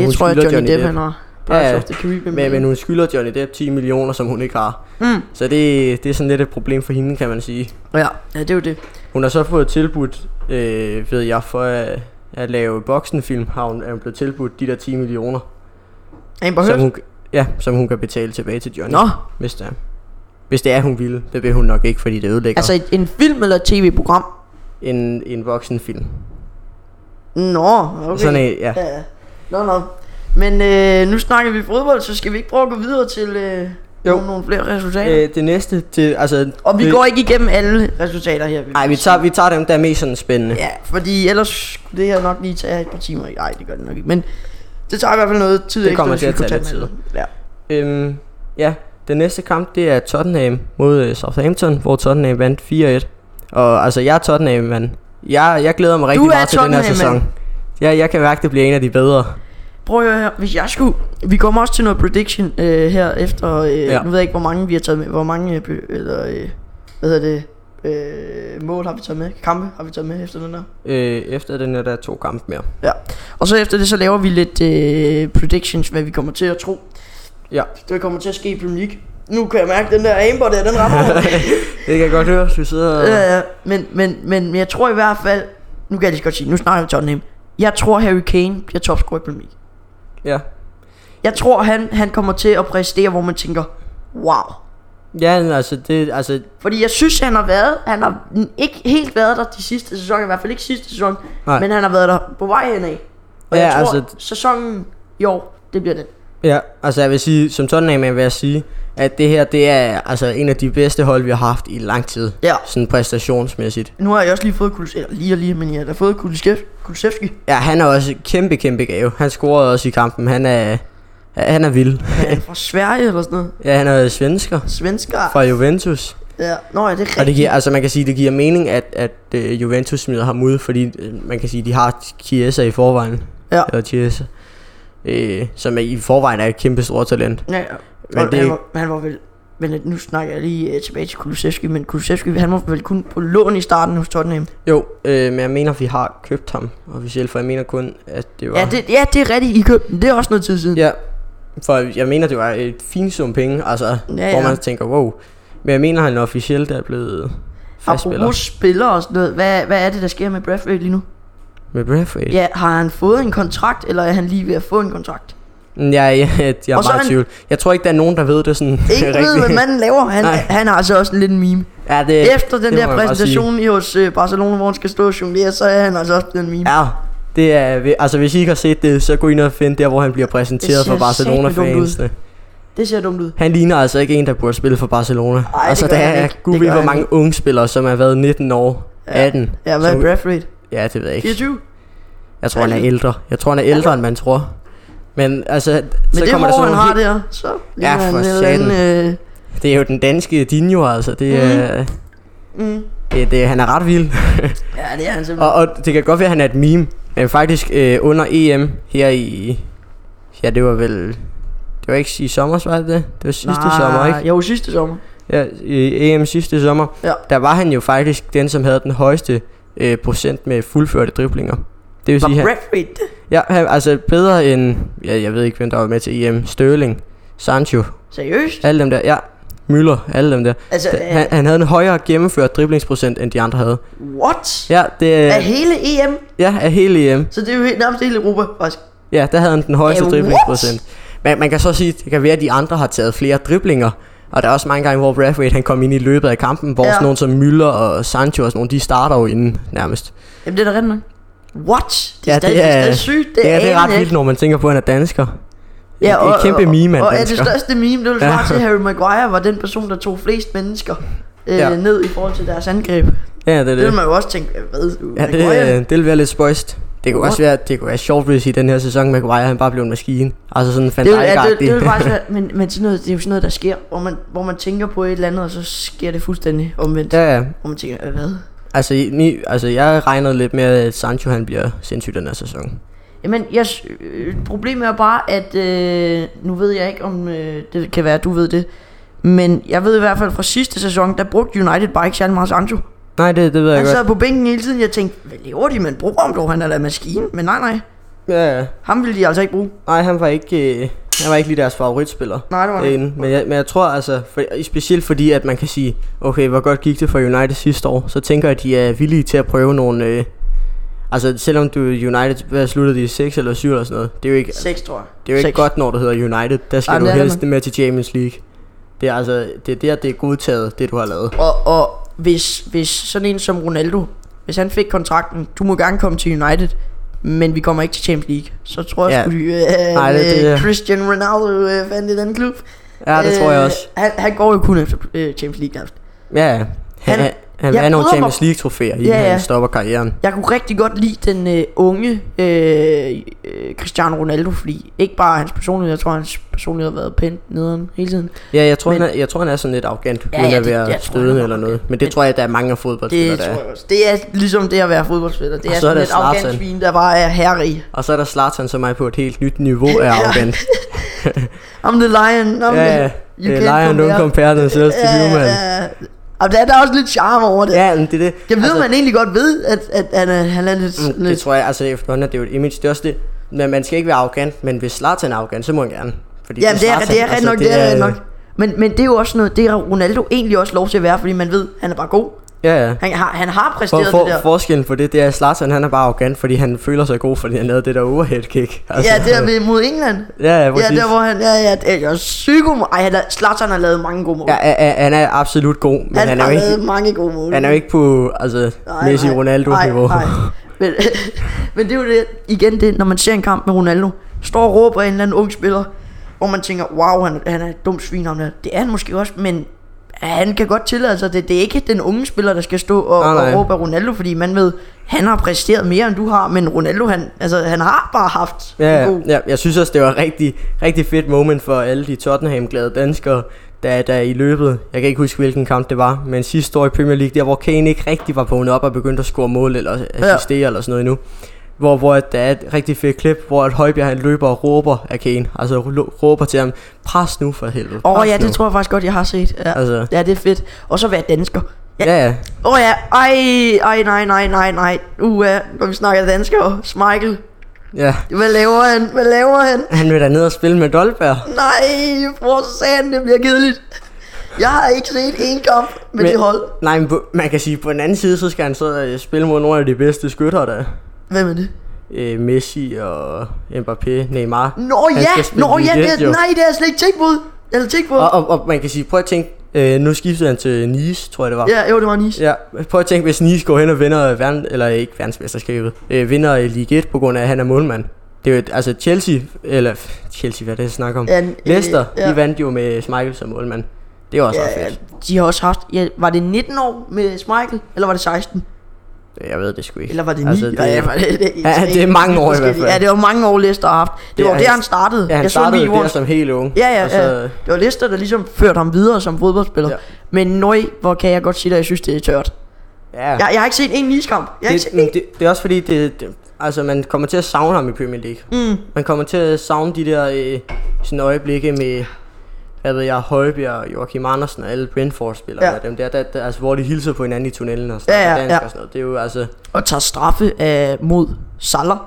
hun
tror jeg,
skylder
Johnny, Johnny Depp, han har. Pirates
Ja,
of the Caribbean.
Men, men hun skylder Johnny Depp 10 millioner, som hun ikke har.
Mm.
Så det, det er sådan lidt et problem for hende, kan man sige.
Ja, ja, det er jo det.
Hun har så fået tilbudt, øh, ved jeg, for at, at lave voksenfilm, har hun, er hun blevet tilbudt de der 10 millioner.
Amber
Som
Heard?
hun, ja, som hun kan betale tilbage til Johnny.
Nå,
Hvis det er. Hvis det er, hun ville. Det vil hun nok ikke, fordi det ødelægger
altså et, en film eller et tv-program?
en, en voksenfilm.
Nå, okay.
Sådan en, ja.
Ja, ja. Nå, nå. Men øh, nu snakker vi fodbold, så skal vi ikke prøve at gå videre til øh, nogle, nogle flere resultater. Øh,
Øh, det næste til, altså...
og vi
det,
går ikke igennem alle resultater her. vil
Nej, vi tager, vi tager dem, der er mest sådan spændende.
Ja, fordi ellers skulle det her nok lige tage et par timer. Nej, det gør det nok ikke. Men det tager i hvert fald noget tid.
Det kommer
ekstra,
til
hvis
at
vi
tage
får
lidt
talt med det. Ja.
Øhm, ja, den næste kamp, det er Tottenham mod øh, Southampton, hvor Tottenham vandt 4-1. Og altså, jeg er Tottenham-mand. Jeg, jeg glæder mig rigtig
er
meget til den her
Tottenham-mand.
sæson. Ja, jeg kan mærke, det bliver en af de bedre.
Prøv at høre her. Hvis jeg skulle... Vi kommer også til noget prediction øh, her efter... Øh,
Ja.
ja. Nu ved jeg ikke, hvor mange vi har taget med. Hvor mange... Øh, be- eller, øh, hvad hedder det? Øh, mål har vi taget med. Kampe har vi taget med efter den der.
Øh, efter den her, der er to kampe mere.
Ja. Og så efter det, så laver vi lidt øh, predictions, hvad vi kommer til at tro.
Ja.
Det kommer til at ske i Premier League. Nu kan jeg mærke, den der amber der, den rammer mig.
Det kan jeg godt høre, hvis vi sidder og...
Ja, ja. Men, men, men, men jeg tror i hvert fald, nu kan jeg lige så godt sige, nu snakker vi Tottenham. Jeg tror, Harry Kane bliver topscorer i Premier League.
Ja.
Jeg tror, han, han kommer til at præstere, hvor man tænker, wow.
Ja, men altså, det, altså,
Fordi jeg synes, han har været, han har n- ikke helt været der de sidste sæsoner, i hvert fald ikke sidste sæson,
Nej.
Nej. men han har været der på vej henad. Og
Ja,
ja, jeg tror,
altså-
altså... sæsonen i år, det bliver den.
Ja, altså jeg vil sige, som Tottenham vil jeg sige, at det her, det er altså en af de bedste hold, vi har haft i lang tid.
Ja.
Sådan præstationsmæssigt.
Nu har jeg også lige fået Kulis, eller lige og lige, men jeg har da fået Kulisef- Kulisevski.
Ja, han er også kæmpe, kæmpe gave. Han scorede også i kampen. Han er, ja, han er vild.
Er han fra Sverige eller sådan noget.
Ja, han er svensker
Svensker.
fra Juventus.
Ja. Nå ja, det er rigtigt.
Og det giver, altså man kan sige, det giver mening, at, at uh, Juventus smider ham ud, fordi uh, man kan sige, de har Chiesa i forvejen.
Ja.
Eller Chiesa. Øh, som er, i forvejen er et kæmpe stort talent.
Ja, ja.
Men
Men
det-
det... han, var, han var vel... Men nu snakker jeg lige øh, tilbage til Kulusevski, men Kulusevski, han var vel kun på lån i starten hos Tottenham.
Jo, øh, men jeg mener, vi har købt ham officielt, for jeg mener kun, at det var...
Ja, det, ja, det er rigtigt, I købte den. Det er også noget tid siden. Ja.
Ja, for jeg mener, det var et fint sum penge, altså, ja,
ja.
ja. hvor man tænker, wow. Men jeg mener, han officielt er blevet fast spiller
Apropos spiller og sådan noget, hvad, hvad er det, der sker med Bradford lige nu?
med Braithwaite.
Ja, har han fået en kontrakt, eller er han lige ved at få en kontrakt?
Mm, Ja, ja, jeg er
Og så
meget
han-
i tvivl. Jeg tror ikke, der er nogen, der ved det sådan
Ikke ved, hvad manden laver. Han,
Nej.
han har altså også en lidt en meme.
Ja, det,
Efter den
det må
der
man bare
præsentation i hos øh, Barcelona, hvor han skal stå og jonglere, så er han altså også blevet en meme.
ja, det er, altså hvis I ikke har set det, så gå ind og find der, hvor han bliver præsenteret
Det ser
for Barcelona-fansene.
Det ser dumt ud.
Han ligner altså ikke en, der burde spille for Barcelona.
det
altså,
gør
der
han
er
ikke. Det
gud
gør
ved, hvor
han
mange unge spillere, som har været 19 år,
Ja.
18.
Ja, hvad er
som-
Bradford?
Ja, det ved jeg ikke.
24?
Jeg tror, han er ældre. Jeg tror, han er ældre, end man tror. Men altså,
Men
så
det
kommer
kommer
der sådan
han
nogle
har
helt...
der, så
Ja,
ligner
for
en eller anden, øh,
det. det er jo den danske Dinho, altså. Det,
Mhm.
er,
mm.
det, det, han er ret vild.
Ja, det er han simpelthen.
og, og, det kan godt være, at han er et meme. Men faktisk øh, under EM her i... Ja, det var vel... Det var ikke i sommer, var det det? Det var sidste
Nej,
sommer, ikke?
Jo, sidste sommer.
Ja, i EM sidste sommer.
Ja.
Der var han jo faktisk den, som havde den højeste øh, procent med fuldførte driblinger. Det vil sige,
Var
han,
Bradford det?
ja, han, altså bedre end... Ja, jeg ved ikke, hvem der var med til EM. Sterling. E Sancho.
Seriøst?
Alle dem der, ja. Müller, alle dem der.
Altså,
Da- Han, han havde en højere gennemført driblingsprocent, end de andre havde.
what?
Ja, det,
Af hele E EM?
ja, af hele EM.
Så det er jo helt, nærmest hele Europa, faktisk.
Ja, der havde han den højeste
Øh,
uh,
what?
driblingsprocent. Men man kan så sige, det kan være, at de andre har taget flere driblinger. Og der er også mange gange, hvor Brathwaite han kom ind i løbet af kampen, hvor
Ja.
ja. sådan nogen som Müller og Sancho og sådan nogen, de starter jo inden nærmest.
Jamen, det er da rent nok. What? Det er,
Ja,
stadig,
det er-
stadig sygt. Det,
Det er, det
aner
er
jeg
ret vildt,
ikke.
når man tænker på, at han er dansker. Ja,
og,
og, et kæmpe
og-
meme, man
Og er det
dansker.
største meme, det vil svare
Ja.
til, at Harry Maguire var den person, der tog flest mennesker øh,
Ja.
ned i forhold til deres angreb. Det
Ja, det er
vil
det.
man jo også tænke, hvad? du,
Ja,
Maguire?
det, øh, det vil være lidt spøjst. Det kunne
What?
også være, det kunne være sjovt, hvis i den her sæson, Maguire han bare blev en maskine. Altså sådan en
Det, vil, ja, det,
fantastisk.
det vil faktisk være, men, men sådan noget, det er jo sådan noget, der sker, hvor man, hvor man tænker på et eller andet, og så sker det fuldstændig omvendt.
Ja, ja.
Hvor man tænker, øh, hvad?
Altså, i- ni, altså, jeg regnede lidt med, at Sancho han bliver sindssyg den her sæson.
Jamen, jeg, s- øh, problemet er bare, at øh, nu ved jeg ikke, om øh, det kan være, at du ved det, men jeg ved i hvert fald fra sidste sæson, der brugte United bare ikke særlig meget Sancho.
Nej, det, det ved jeg
Han
godt.
sad på bænken hele tiden, jeg tænkte, hvad lever de med en bruger, dog? Han er da en maskine, men nej, nej.
Ja, ja.
Ham ville de altså ikke bruge.
Nej, han var ikke, øh, han var ikke lige deres favoritspiller.
Nej, det var han ikke.
Derinde. Men jeg, men jeg tror altså, for, specielt fordi, at man kan sige, okay, hvor godt gik det for United sidste år, så tænker jeg, at de er villige til at prøve nogle... Øh, altså, selvom du United, hvad sluttede de, 6 eller 7 eller sådan noget, det er jo ikke,
Seks, tror jeg.
det er jo ikke
Seks.
godt, når du hedder United. Der skal
Nej,
Ej,
men
du
det er det,
helst med til Champions League. Det er altså, det er der, det er godtaget, det du har lavet.
Og, og hvis, hvis sådan en som Ronaldo, hvis han fik kontrakten, du må gerne komme til United, men vi kommer ikke til Champions League, så tror jeg
Ja.
sgu, de, øh,
Nej, det- det-
øh, Christian Ronaldo øh, fandt i den klub.
Ja, det tror jeg også.
Øh, Han, han går jo kun efter øh, Champions League nærmest.
Øh, Ja, ja. Han,
Han-
han, han vil
jeg
have nogle
bryder mig-
Champions League-trofæer, inden
Ja,
ja, ja.
ja.
han stopper karrieren.
Jeg kunne rigtig godt lide den øh, unge øh, øh, Cristiano Ronaldo, fordi ikke bare hans personlighed, jeg tror hans personlighed har været pænt nederen hele tiden.
Ja, jeg tror,
Men-
men, han er, jeg tror, han er sådan lidt arrogant,
Ja,
ja, uden
ja,
at
det-
være
jeg tror, han
stødende
er
eller
arrogant.
noget. Men det
Men-
tror jeg, der er mange af fodboldspillere,
Det
der
tror
er.
jeg også. Det er ligesom det at være fodboldspiller. Det
Og
er
så er
sådan
der
et
Zlatan.
arrogant svin, der bare er herrig.
Og så er der Zlatan, som er på et helt nyt niveau af arrogant.
I'm the lion. I'm
ja,
the...
ja.
You
Øh,
can't
Lion,
compare.
don't compare themselves to human.
ja. Og der er der også lidt charme over det. Ja,
Ja, men det er det.
jeg ved, altså,
altså,
man egentlig godt ved, at, at han, er, han er lidt...
mm, Det
lidt
tror jeg, altså efterhånden er det jo et image. Det er også det. Men man skal ikke være arrogant, men hvis Zlatan er arrogant, så må han gerne. Fordi
jamen, det er,
Zlatan. altså,
det er ret nok, det er ret nok. Men, men det er jo også noget, det er Ronaldo egentlig også lov til at være, fordi man ved, han er bare god.
Ja, ja.
Han har, han har
For,
præsteret
for,
det der.
forskellen på det, det er, at Zlatan han er bare arrogant, fordi han føler sig god, fordi han lavede det der overhead kick.
ja, det er ved mod England.
altså. Ja, ja,
Ja,
præcis.
der hvor han... Ja, ja, det er jo psyko... Ej, han er, Zlatan har lavet mange gode mål.
Ja, ja, ja, han er absolut god, men
han,
han, han er
har
jo ikke,
lavet mange gode mål.
han er jo ikke på altså,
Nej,
Messi
nej,
Ronaldo-niveau.
nej, nej. Men, men det er jo det, igen det, når man ser en kamp med Ronaldo, står og råber af en eller anden ung spiller, hvor man tænker, wow, han, han er et dumt svin om det. Det er han måske også, men han kan godt tillade sig det. Det er ikke den unge spiller, der skal stå og,
Nej, nej.
og råbe af Ronaldo, fordi man ved, han har præsteret mere, end du har, men Ronaldo, han, altså, han har bare haft
Ja,
en
ja,
god...
ja, jeg synes også, det var et rigtig, rigtig fedt moment for alle de Tottenham-glade danskere, der, der i løbet, jeg kan ikke huske, hvilken kamp det var, men sidste år i Premier League, der hvor Kane ikke rigtig var vågnet op og begyndte at score mål eller assistere ja. eller sådan noget endnu. Hvor, hvor at der er et rigtig fedt klip, hvor at Højbjerg han løber og råber af Kane, altså lo- råber til ham, pres nu for helvede.
Åh oh,
pres
ja,
nu."
det tror jeg faktisk godt, jeg har set. Ja,
Altså,
ja det er fedt. Og så være dansker. Ja.
ja, ja.
Åh oh, ja, ej, ej, nej, nej, nej, nej. Uh, når vi snakker dansker, Michael,
ja.
Hvad laver han? Hvad laver han?
Han vil da ned og spille med Dolberg.
Nej, for satan, det bliver kedeligt. Jeg har ikke set en kamp med men... det hold.
Nej, men på, man kan sige, på den anden side, så skal han så øh, spille mod nogle af de bedste skytter, der
Hvem er det?
øh, Messi og Mbappé, Neymar.
Nå
Han
ja,
skal spille
nå ja,
Lille,
det er,
jo.
nej, det har jeg slet ikke tænkt på. Eller tænkt på.
Og, og, og man kan sige, prøv at tænke, øh, nu skiftede han til Nice, tror jeg det var.
Ja, jo, det var Nice.
Ja, prøv at tænke, hvis Nice går hen og vinder, øh, verden, eller ikke verdensmesterskabet, øh, vinder i Ligue 1 på grund af, at han er målmand. Det er jo, et, altså Chelsea, eller Chelsea, hvad er det, jeg snakker om?
Ja, øh,
Leicester,
ja.
de vandt jo med Schmeichel som målmand. Det er også ret
Ja,
fedt.
de har også haft, ja, var det 19 år med Michael, eller var det 16?
Jeg ved det sgu ikke.
Eller var det 9?
Altså,
det,
det-
ja, ja, var det, det,
Ja, det er mange år i hvert fald.
Ja, det var mange år Leicester har haft. Det,
Det
var
er
det,
hans-
han startede.
Ja, han
jeg så
startede
Nick
der
Warren-
som helt ung.
Ja, ja,
og så,
ja. Det var Leicester, der ligesom førte ham videre som fodboldspiller. Ja.
Ja.
Men nøj, hvor kan jeg godt sige dig, jeg synes, det er tørt.
ja.
Jeg, jeg har ikke set en niskamp. Jeg har ikke
det,
set en.
men det, det er også fordi, det, det, altså man kommer til at savne ham i Premier League.
Mm.
Man kommer til at savne de der øh, sådan øjeblikke med, hvad ved jeg, Højbjerg, Joachim Andersen og alle Brentford-spillere.
Ja.
Ja. Dem der, der, der, altså, hvor de hilser på hinanden i tunnelen og
Ja,
snakker
ja,
dansk
ja.
og sådan noget. Det er jo altså,
Og tager straffe af, mod øh, Salah.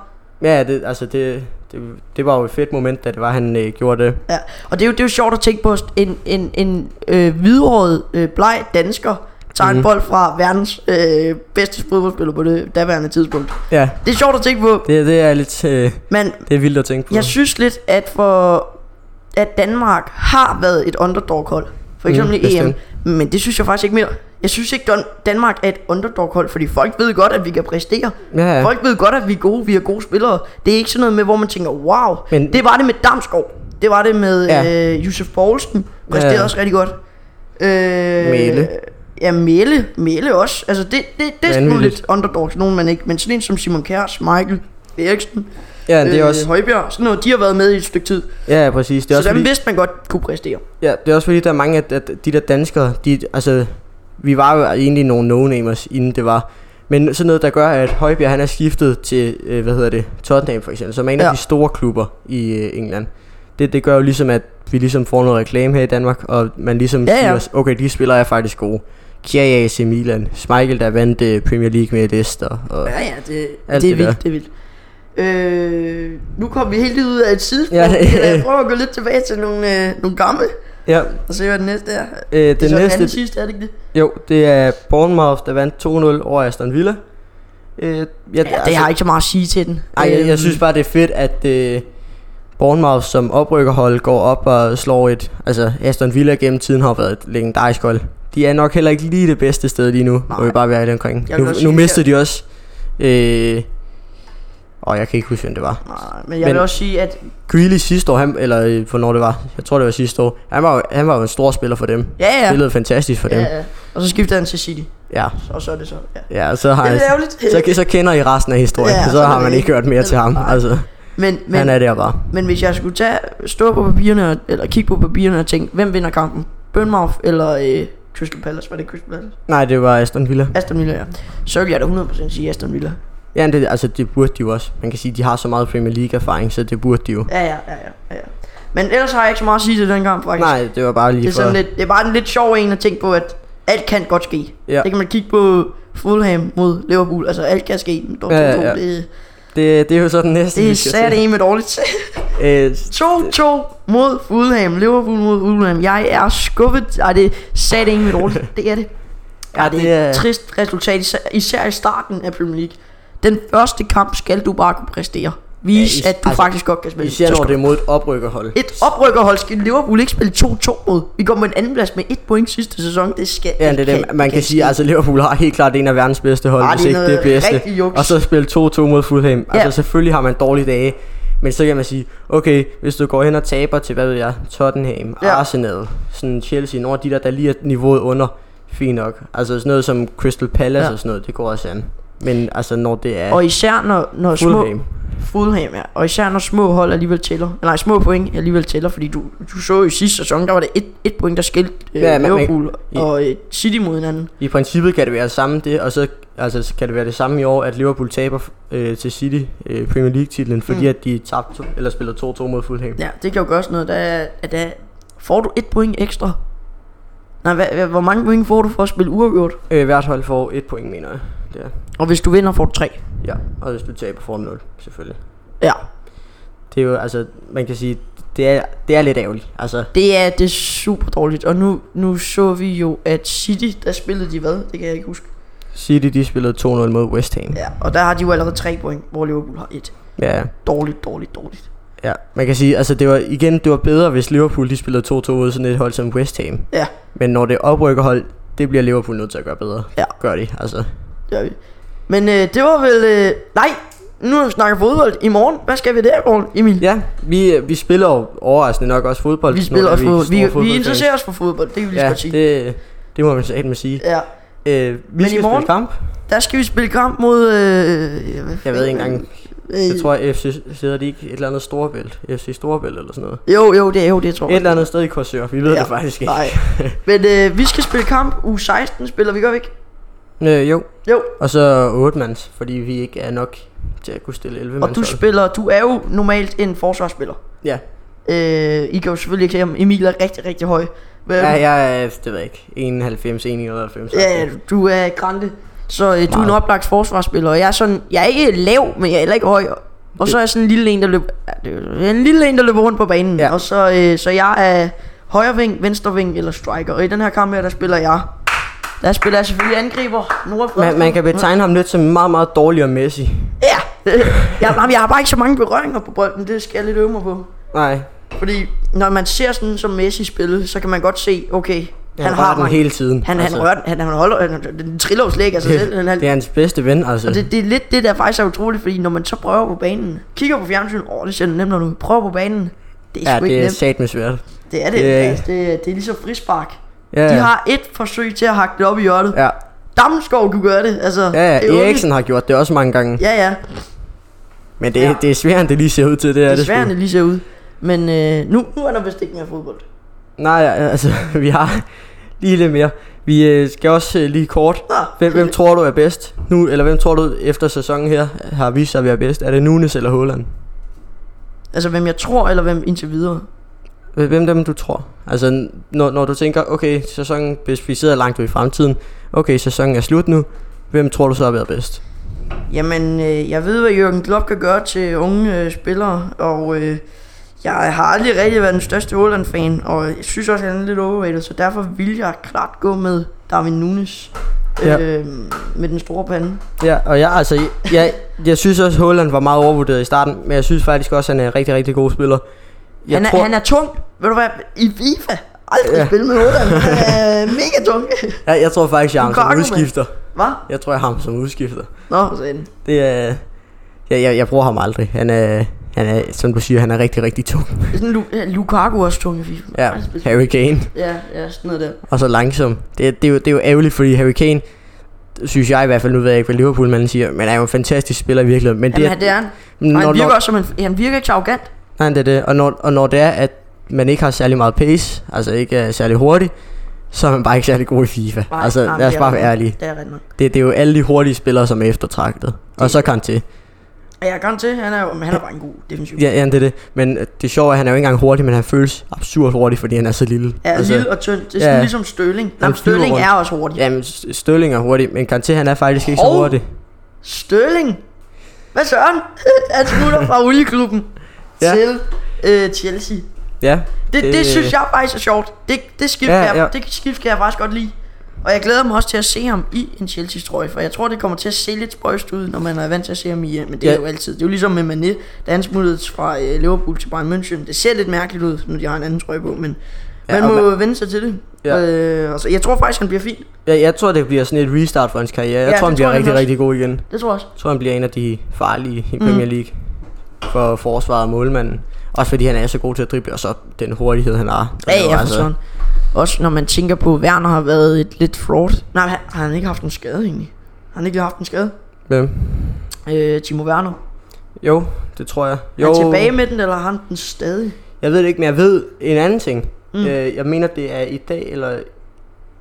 ja, det, altså det, det, det var jo et fedt moment, da det var, han øh, gjorde det.
Ja, og det er jo, det er jo sjovt at tænke på, at en, en, en øh, hvidhåret, øh, bleg dansker tager mm. en
Mhm.
bold fra verdens øh, bedste fodboldspiller på det daværende tidspunkt.
Ja,
Det er sjovt at tænke på,
det, det er lidt øh,
men
det er vildt at tænke på.
jeg synes lidt, at for at Danmark har været et underdog-hold. For
Mm,
eksempel mm, i EM.
bestemt.
Men det synes jeg faktisk ikke mere. Jeg synes ikke, Dan- Danmark er et underdog-hold, fordi folk ved godt, at vi kan præstere.
ja, ja.
Folk ved godt, at vi er gode, vi er gode spillere. Det er ikke sådan noget med, hvor man tænker, wow. Men,
Men-
det var det med Damskov. Det var det med ja.
Ja.
øh, Josef Poulsen. Præsterede ja.
Ja.
også rigtig godt. Øh,
Mæle.
Ja, Mæle. Mæle også. Altså, det, det, det er sådan nogle
Vanvittigt.
lidt underdogs, nogen man ikke. Men sådan en som Simon Kjærs, Michael Eriksen,
ja, det er
øh,
også,
Højbjerg, sådan noget, de har været med i et stykke tid.
ja, ja, præcis. Det er
Så
også
dem
fordi,
vidste man godt kunne præstere.
ja, det er også fordi, der er mange af at de der danskere, de, altså, vi var jo egentlig nogle no-namers, inden det var. Men sådan noget, der gør, at Højbjerg han er skiftet til, øh, hvad hedder det, Tottenham for eksempel, som er en
Ja.
af de store klubber i øh, England. Det, det gør jo ligesom, at vi ligesom får noget reklame her i Danmark, og man ligesom
Ja,
ja,
ja.
ja. siger, okay, de spillere er faktisk gode. Kjær AC Milan, Schmeichel, der vandt øh, Premier League med Leicester, og
Ja, ja, det,
Alt
det er
det der.
vildt, det er vildt. Øh, nu kom vi helt lige ud af et sidespor.
Ja.
Ja. Jeg prøver at gå lidt tilbage til nogle, øh, nogle gamle,
ja,
og se hvad den næste er.
øh,
Det
den
er næste...
næste,
anden sidste, er det ikke det?
Jo, det er Bournemouth, der vandt 2-0 over Aston Villa. Øh, jeg, ja,
Ja, det har jeg ikke så meget at sige til den.
Ej, jeg,
Øhm,
jeg synes bare, det er fedt, at øh, Bournemouth som oprykkerhold går op og slår et... Altså, Aston Villa gennem tiden har været et legendarisk hold. De er nok heller ikke lige det bedste sted lige nu,
Nej.
må vi bare være i omkring.
Jeg vil
Nu,
også
nu
sige,
mistede de også... Øh, og jeg kan ikke huske, hvem det var.
Nej, men jeg vil
Men-
også sige, at
Grealish sidste år, han, eller øh, hvornår det var, jeg tror det var sidste år, han var, jo- han var jo en stor spiller for dem.
ja, ja,
Spillede fantastisk for dem.
ja, ja. Og så skifter han til City,
Ja,
og så er det så. Ja.
ja så har
Det er
jeg...
lidt ærgerligt.
så, så kender I resten af historien,
Ja,
ja,
så
så
er
har man
det-
ikke hørt mere til ham.
Nej.
Altså,
Men,
men, han
men,
er der bare.
men hvis jeg skulle tage, stå på papirerne, og- eller kigge på papirerne og tænke, hvem vinder kampen? Bournemouth eller øh, Crystal Palace? Var det Crystal Palace?
Nej, det var Aston Villa.
Aston Villa, ja. Så vil jeg da 100% sige Aston Villa.
Ja, det, altså det burde de jo også. Man kan sige, de har så meget Premier League-erfaring, så det burde de jo.
Ja, ja, ja, ja, ja, ja. Men ellers har jeg ikke så meget at sige til den kamp, faktisk.
Nej, det var bare
Det
lige
er,
for...
sådan lidt, det er bare en lidt sjov en at tænke på, at alt kan godt ske. Ja.
Ja.
Det kan man kigge på Fulham mod Liverpool. Altså, alt kan ske. Men dog,
Ja,
ja,
ja,
ja,
ja.
Det,
Det, det er jo så den næste,
det er
vi skal
sat
til.
en med dårligt.
Øh,
2-2 mod Fulham. Liverpool mod Fulham. Jeg er skuffet. Ej, det er sat en med dårligt. Det er det.
Ja,
Ej, det
det
er
er-
et trist resultat, især- især i starten af Premier League. Den første kamp skal du bare kunne præstere. Vise,
Ja,
ja,
is-
at du
altså,
faktisk godt kan spille.
især
Så
når
skal
det er mod et oprykkerhold.
Et oprykkerhold skal Liverpool ikke spille 2-2 mod. Vi går på en anden plads med et point sidste sæson. Det skal
Ja, det er det. Man kan sige, altså Liverpool har helt klart en af verdens bedste hold,
Ej, Ah, det
hvis
er
ikke
noget
det bedste.
rigtig juks.
Og så spille 2-2 mod Fulham.
Ja.
Altså selvfølgelig har man dårlige dage, men så kan man sige, okay, hvis du går hen og taber til, hvad ved jeg, Tottenham,
Ja.
ja. Arsenal, sådan Chelsea, nogle af de der, der lige er niveauet under, fint nok. Altså sådan noget som Crystal Palace
Ja.
ja. og sådan noget, det går også an. Men altså når det er
Og især når, når små
Fulham,
Fulham, ja. Og især når små hold alligevel tæller. Nej, små point alligevel tæller, fordi du, du så jo i sidste sæson, der var det et, et point, der skilte øh, ja,
Ja, men-
Liverpool
men-
og øh, City mod hinanden.
i princippet kan det være det samme det, og så altså, så kan det være det samme i år, at Liverpool taber øh, til City øh, Premier League-titlen, fordi
Mm.
mm. at de tabte, to- eller spiller 2-2 mod Fulham.
Ja, det kan jo gøre sådan noget, der, at der får du et point ekstra. Nej, hvad, hvad, hvor mange point får du for at spille uafgjort?
Øh, hvert hold får et point, mener jeg. Det er.
Og hvis du vinder, får du tre.
Ja, og hvis du taber får du 0, selvfølgelig.
Ja,
Det er jo, altså, man kan sige, det er, det er lidt ærgerligt. Altså,
det er, det er super dårligt. Og nu, nu så vi jo, at City, der spillede de hvad? Det kan jeg ikke huske.
City, de spillede 2-0 mod West Ham.
Ja, og der har de jo allerede tre point, hvor Liverpool har et.
Ja.
Dårligt, dårligt, dårligt.
ja. Man kan sige, altså, det var, igen, det var bedre, hvis Liverpool, de spillede 2-2 mod sådan et hold som West Ham.
Ja,
Men når det oprykker hold, det bliver Liverpool nødt til at gøre bedre.
Ja.
Gør de, altså.
det er vi. Men øh, det var vel... Øh, nej, nu snakker fodbold. I morgen, hvad skal vi der i morgen, Emil?
Ja, vi, vi spiller jo overraskende nok også fodbold.
vi
Nu
spiller
er
også fodbold.
store
Vi, vi
fodboldfans.
interesserer os for fodbold, det kan vi lige ja,
Ja,
godt sige. Det...
det, det må man satme sige.
Ja,
Øh, vi
i
Men skal
morgen-
spille kamp.
der skal vi spille kamp mod... Øh, hvad
Jeg ved ikke
fanden-
engang,
Øh,
Jeg tror, at FC sidder de ikke et eller andet Storebælt. FC Storebælt eller sådan noget.
Jo, jo, det er jo det, tror
Et
jeg.
eller andet sted i Korsør. Vi ved
Ja.
ja. det faktisk ikke.
Nej. Men øh, vi skal spille kamp. U 16 spiller vi, gør vi ikke?
Øh, jo.
Jo.
Og så 8 mands, fordi vi ikke er nok til at kunne stille 11
Og du spiller... Du er jo normalt en forsvarsspiller.
Ja.
Øh, I kan jo selvfølgelig ikke se, om Emil er rigtig, rigtig høj. Hvad er
ja,
du?
jeg er, det ved jeg ikke, 91, 91.
Ja, ja, du er grænte. Så øh, du er en
Meget.
oplagt forsvarsspiller, og jeg er sådan, jeg er ikke lav, men jeg er heller ikke høj. Og så er jeg sådan en lille en, der løber, ja, det er en lille en, der løber rundt på banen.
Ja.
Ja. Og så, øh, så jeg er højre ving, venstre ving eller striker. Og i den her kamp her, der spiller jeg. Der spiller jeg selvfølgelig angriber. Nordfra.
Man, man kan betegne ham lidt som meget, meget dårligere Messi.
Ja. jeg, jamen, jeg har bare ikke så mange berøringer på bolden. Det skal jeg lidt øve mig på.
Nej,
Fordi når man ser sådan som Messi spille, så kan man godt se, okay,
han, han har den
mange-
hele tiden. Altså,
Han, han, rører, den- han, han holder, han, den triller jo slet ikke af sig selv. Han, han,
det er hans bedste ven, altså.
Og det, det er lidt det, der faktisk er utroligt, fordi når man så prøver på banen, kigger på fjernsyn, åh, oh, det ser nemt ud, prøver på banen, det er
ja,
sgu ikke
det er
nemt.
sat med svært.
Det er det,
det er
det er,
ikke-
altså, det, er- det er ligesom frispark.
Ja,
De
ja.
har et forsøg til at hakke det op i hjørnet. Ja.
Ja,
Damskov kunne gøre det, altså.
ja,
det er jo
ja.
ikke-
Eriksen har gjort det også mange gange.
Ja, ja.
Men det,
Ja.
det er svært, end det lige ser ud til. Det er
Det er
det,
svært,
sgu.
det lige ser ud. Men øh, nu, nu er der vist ikke mere fodbold.
Nej, ja, altså, vi har lige lidt mere. Vi øh, skal også øh, lige kort.
Nå,
Hvem, hvem tror du er bedst nu, eller hvem tror du efter sæsonen her har vist sig at være bedst? Er det Nunes eller Haaland?
Altså, hvem jeg tror, eller hvem indtil videre.
Hvem hvem dem du tror? Altså, n- når, når du tænker, okay, sæsonen, hvis vi sidder langt ude i fremtiden, okay, sæsonen er slut nu, hvem tror du så har været bedst?
Jamen, øh, jeg ved, hvad Jørgen Klopp kan gøre til unge øh, spillere, og øh, jeg har aldrig rigtig været den største Åland-fan, og jeg synes også, at han er lidt overrated, så derfor vil jeg klart gå med Darwin Nunes
Ja.
øh, med den store pande.
Ja, og jeg, altså, jeg, jeg synes også, Haaland var meget overvurderet i starten, men jeg synes faktisk også, at han er en rigtig, rigtig god spiller. Jeg
Han er,
tror,
han er tung, ved du hvad, i FIFA. Aldrig
Ja.
ja. spille med Åland. Han er øh, mega tung.
jeg, jeg tror faktisk, jeg har ham
Lukaku,
som
mand.
udskifter.
Hvad?
Jeg tror, jeg har ham som udskifter.
Nå, for satan.
Det er... Jeg, jeg, jeg bruger ham aldrig. Han er, han er, som du siger, han er rigtig, rigtig tung.
Det er sådan, Lu- ja, Lukaku er også tung i FIFA.
Ja,
Aldrig spille-
Harry Kane.
ja, ja, sådan noget der.
Og så langsom. Det, det, er, jo, det er jo ærgerligt, fordi Harry Kane, synes jeg i hvert fald, nu ved jeg ikke, hvad Liverpool man siger, men er jo en fantastisk spiller i virkeligheden. Men det,
Jamen, han, det er han.
når,
Og han virker
når,
også som en, han virker ikke så arrogant.
nej, det er det. Og når, og når det er, at man ikke har særlig meget pace, altså ikke er særlig hurtig, så er man bare ikke særlig god i FIFA.
Nej,
altså,
nej,
lad os
det er
bare være
rigtigt.
ærlige.
Det er rigtigt. nok.
Det, det er jo alle de hurtige spillere, som er eftertragtet. Og så Kanté.
Ja, jeg kan til, han er jo, men han er bare en god defensiv.
Ja, ja, det er det. Men øh, det sjove er, at han er jo ikke engang hurtig, men han føles absurd hurtig, fordi han er så lille.
Ja, altså, lille og tynd. Det er sådan
ja.
ja, ligesom Støling. Nej,
Han
men Støling
flyver
er også hurtig. Ja.
Jamen, S- Sterling er hurtig, men Kanté han er faktisk ikke så
Hov!
hurtig.
Støling? Hvad søren? han smutter fra olieklubben ja.
Ja.
til øh, Chelsea.
Ja, Øh,
Det, det,
Det-
det, synes jeg faktisk er sjovt. Det, det, skift,
Ja,
ja, ja.
ja.
Jeg, det skift kan jeg faktisk godt lide. Og jeg glæder mig også til at se ham i en Chelsea-trøje, for jeg tror, det kommer til at se lidt spøjst ud, når man er vant til at se ham i, øh, men det
Ja.
er jo altid. Det er jo ligesom med Mané, da han smuttede fra øh, Liverpool til Bayern München. Det ser lidt mærkeligt ud, når de har en anden trøje på, men
Ja,
man
og
må man... vende sig til det.
Ja.
Ja. Øh, altså, jeg tror faktisk, han bliver fin.
jeg, jeg tror, det bliver sådan et restart for hans karriere. Jeg
Ja,
tror, han
det
bliver
tror jeg
rigtig,
også.
rigtig god igen.
Det tror jeg også.
Jeg tror, han bliver en af de farlige i
Mm.
Premier League for forsvaret og målmanden. Også fordi han er så god til at drible, og så den hurtighed, han har.
Ja,
Altså, Det er jo
ja, for sådan. Også når man tænker på, at Werner har været et lidt fraud. Nej, han, har han ikke haft en skade egentlig? Har han ikke haft en skade?
Hvem?
Øh, Timo Werner.
Jo, det tror jeg.
Jo.
Jo,
Er han tilbage med den, eller har han den stadig?
Jeg ved det ikke, men jeg ved en anden ting. Mm.
Mm.
Øh, jeg mener, det er i dag eller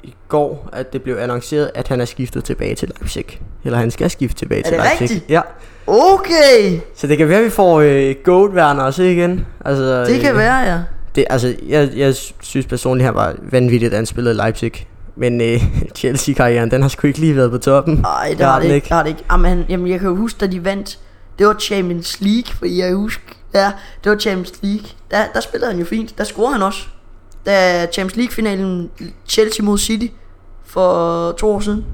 i går, at det blev annonceret, at han er skiftet tilbage til Leipzig. Eller han skal skifte tilbage til
det
Leipzig.
rigtigt?
Ja.
Okay,
Så det kan være, at vi får øh, Goat Werner også igen. Altså,
det kan
øh,
være, ja.
Det, altså, jeg, jeg synes personligt, han var vanvittigt, at han spillede i Leipzig. Men øh, Chelsea-karrieren, den har sgu ikke lige været på toppen.
Nej, det
Jeg
har
har
det
den
ikke. Der har det ikke. Jamen, han, jamen, jeg kan jo huske, da de vandt. Det var Champions League, for jeg kan huske. Ja, det var Champions League. Der, der spillede han jo fint. Der scorede han også. Da Champions League-finalen Chelsea mod City for to år siden.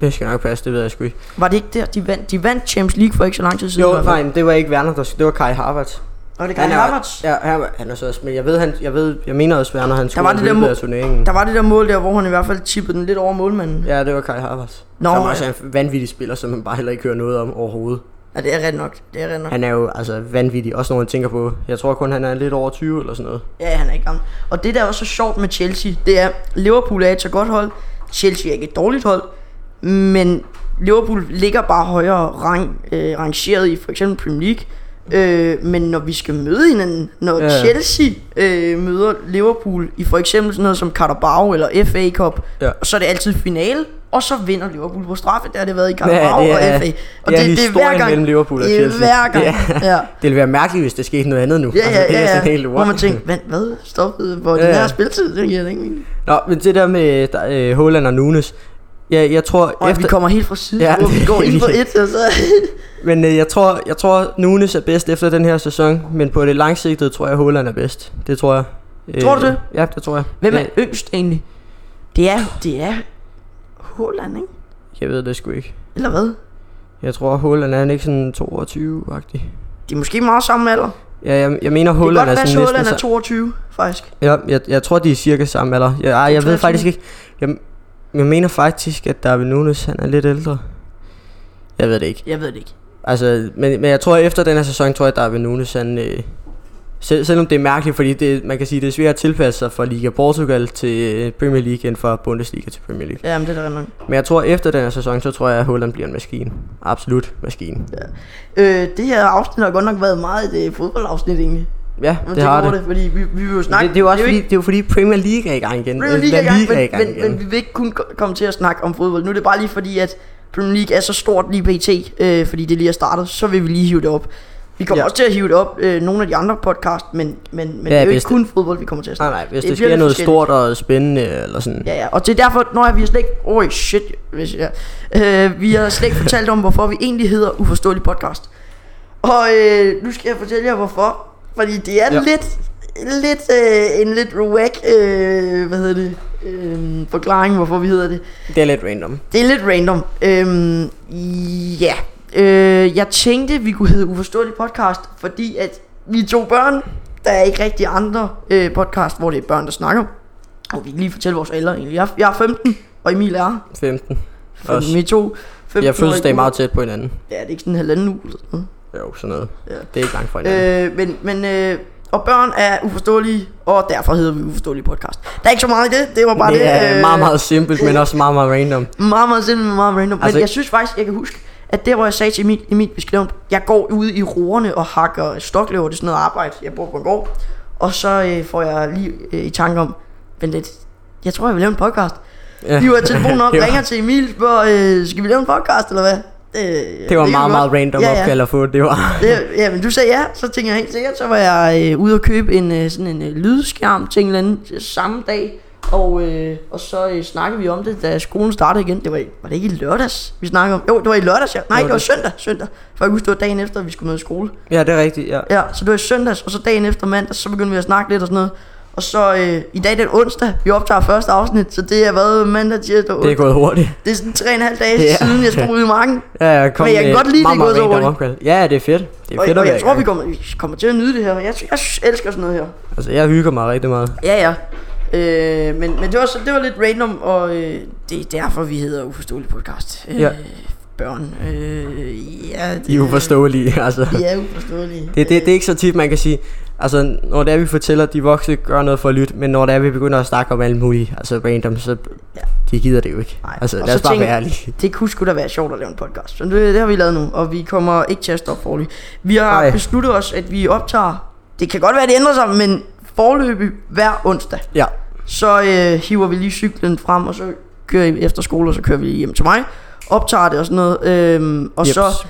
Det skal nok passe, det ved jeg sgu ikke.
Var det ikke der, de vandt? De vandt Champions League for ikke så lang tid siden. i
Jo,
hvert fald.
nej, men det var ikke Werner, der, det var Kai Havertz.
Og det Kai
er-
Havertz.
Ja, han, var- han er så også, men jeg ved, han, jeg ved, jeg mener også, Werner, han skulle
var det der mål-
af turneringen.
Der var det der mål der, hvor han i hvert fald tippede den lidt over målmanden. Ja,
Ja, det var Kai Havertz. Nå,
Nå,
som
ja.
også er en vanvittig spiller, som man bare heller ikke hører noget om overhovedet.
ja det er ret nok. Det er ret nok.
Han er jo altså vanvittig, også når man tænker på, jeg tror kun, han er lidt over 20 eller sådan noget.
Ja, han er ikke gammel. Og det, der er også så sjovt med Chelsea, det er, Liverpool er et så godt hold. Chelsea er ikke et dårligt hold. Men Liverpool ligger bare højere rang, øh, rangeret i for eksempel Premier League. Øh, men når vi skal møde hinanden, når
Ja.
ja. Chelsea øh, møder Liverpool i for eksempel sådan noget som Carabao eller FA Cup,
Ja.
ja. så er det altid finale, og så vinder Liverpool på straffe. Der har det været i
det er-
Carabao ja, og FA. Og
det er historien mellem Liverpool og
det er
Chelsea.
hver gang.
Ja.
Ja.
Det ville være mærkeligt, hvis det skete noget andet nu.
Ja, ja,
Altså,
ja,
det er
ja.
sådan helt
Hvor man
what?
tænkte, hvad, hvad stoppede hvor
Ja,
ja, den
ja.
her spiltid? Det giver da ikke mening.
Nå, men det der med der, øh, Haaland og Nunes, Ja, jeg tror...
Og efter... vi kommer helt fra siden, ja,
Ja,
hvor vi
det-
går ind på
vi-
et, og så...
Men øh, jeg tror, jeg tror Nunes er bedst efter den her sæson, men på det langsigtede tror jeg, Holland er bedst. Det tror jeg. Øh,
Tror du det?
Ja, det tror jeg.
Hvem er
Jeg,
yngst egentlig? Det er, det er Holland, ikke?
jeg ved det sgu ikke.
Eller hvad?
Jeg tror, Holland er han ikke sådan 22-agtig.
De er måske meget samme alder.
Ja, jeg, jeg mener,
Holland det kan godt
Holland er
være,
sådan
at Holland
næsten...
er 22, faktisk.
sa- Ja, jeg, jeg tror, de er cirka samme alder. Jeg, ej, jeg ved
22.
faktisk ikke. Jeg, jeg mener faktisk, at David Nunes, han er lidt ældre. Jeg ved det ikke.
Jeg ved det ikke.
Altså, men, men jeg tror, at efter den her sæson, tror jeg, at Darwin Nunes, han... Øh, selv, selvom det er mærkeligt, fordi det, man kan sige, det er svært at tilpasse sig fra Liga Portugal til øh, Premier League, end fra Bundesliga til Premier League.
Jamen, det er da rigtig nok.
Men jeg tror, at efter den her sæson, så tror jeg, at Holland bliver en maskine. Absolut maskine.
Øh, det her afsnit har godt nok været meget et øh, fodboldafsnit, egentlig.
Ja,
Men
det, det har det.
det. Fordi vi, vi vil jo
Men
snakke...
det, det, er jo også
jo
fordi,
ikke-
det er jo fordi Premier League er i gang igen.
Premier
Øh,
League er i
La
gang, men,
Liga er i
men, men, vi vil ikke kun ko- komme til at snakke om fodbold. Nu er det bare lige fordi, at Premier League er så stort lige pt. Øh, fordi det lige er startet, så vil vi lige hive det op. Vi kommer ja.
Ja.
også til at hive det op øh, nogle af de andre podcast, men, men, men
Ja,
det er jo
hvis
ikke
det-
kun fodbold, vi kommer til at
Nej,
snakke.
nej, hvis
Det
det, det
bliver
sker
lidt
noget
forskelligt.
stort og spændende, eller sådan.
Øhm, Ja, ja, og det er derfor, når vi har slet ikke... Oj, shit, hvis jeg... Øh, vi har slet ikke fortalt om, hvorfor vi egentlig hedder Uforståelig Podcast. Og øh, nu skal jeg fortælle jer, hvorfor. Fordi det er ja.
Ja.
lidt... Lidt, øh, en lidt wack, øh, hvad hedder det, øh, forklaring, hvorfor vi hedder det.
Det er lidt random.
Det er lidt random. Øhm, ja. Øh, jeg tænkte, vi kunne hedde Uforståelig Podcast, fordi at vi er to børn. Der er ikke rigtig andre øh, podcast, hvor det er børn, der snakker. Og vi kan lige fortælle vores alder egentlig. Jeg, jeg er 15, og Emil er
15.
15.
Også.
Vi er to. 15
Jeg føles det er meget tæt på hinanden.
Ja, det er ikke sådan en halvanden uge. Eller sådan noget.
Jo, sådan noget.
Ja.
Det er ikke langt fra hinanden.
Øh, men, men øh, og børn er uforståelige, og derfor hedder vi Uforståelig Podcast. Der er ikke så meget i det, det var bare
det
det.
er
øh,
meget, meget simpelt, men også meget, meget random.
Meget, meget simpelt, meget random. Altså,
Altså-
men jeg synes faktisk, jeg kan huske, at der hvor jeg sagde til Emil, Emil vi skal lave en, jeg går ude i roerne og hakker stokløver, det er sådan noget arbejde, jeg bor på en gård. Og så øh, får jeg lige øh, i tanke om, vent lidt, jeg tror jeg vil lave en podcast.
Ja.
Hiver telefonen op,
Det var-
ringer til Emil, spørger, øh, skal vi lave en podcast eller hvad? Øh,
Det var meget, meget random
ja, ja.
opkald at få. Det var
Det, ja, men du sagde ja, så tænker jeg helt sikkert, så var jeg øh, ude og købe en øh, sådan en øh, lydskærm til en eller anden øh, samme dag, og, øh, og så øh, snakkede vi om det, da skolen startede igen. Det var, i- var det ikke i lørdags, vi snakkede om? Jo, det var i lørdags, ja. Nej, det var søndag, søndag. For jeg husker, det var dagen efter, vi skulle møde i skole.
Ja, det er rigtigt, ja.
Ja, så det var i søndags, og så dagen efter mandag, så begyndte vi at snakke lidt og sådan noget. Og så øh, i dag det er onsdag, vi optager første afsnit, så det har været mandag, tirsdag,
Det er
onsdag.
gået hurtigt.
Det er sådan tre og en halv dage
Det er-
siden, jeg stod ude i marken.
Ja, jeg kom
Men jeg kan
med
godt lide,
meget,
det er gået
meget
så
random
hurtigt.
opkald. Ja, det er fedt. Det er
Og,
fedt
og
at være
jeg
i
tror, vi
gang.
kommer, vi kommer til at nyde det her. Jeg, jeg elsker sådan noget her.
Altså, jeg hygger mig rigtig meget.
Ja, ja. Øh, men, men det var, så, det var lidt random, og øh, det er derfor, vi hedder Uforståelig Podcast. Øh,
Ja.
Børn. Øh, ja, det,
De er uforståelige, altså.
De er uforståelige.
Det, det, det er ikke så tit, man kan sige, altså når det er, vi fortæller, at de voksne gør noget for at lytte, men når det er, vi begynder at snakke om alt muligt, altså random, så
Ja.
de gider det jo ikke.
Nej,
Altså
og
lad
så
os bare
tænker-
være ærlige.
det kunne sgu da være sjovt at lave en podcast. Så det, det har vi lavet nu, og vi kommer ikke til at stoppe forløb. Vi har
Nej.
besluttet os, at vi optager... Det kan godt være, at det ændrer sig, men forløbig hver onsdag.
Ja,
Så øh, hiver vi lige cyklen frem, og så kører vi efter skole, og så kører vi lige hjem til mig. Optager det og sådan noget. Øhm, og
Jeps.
så,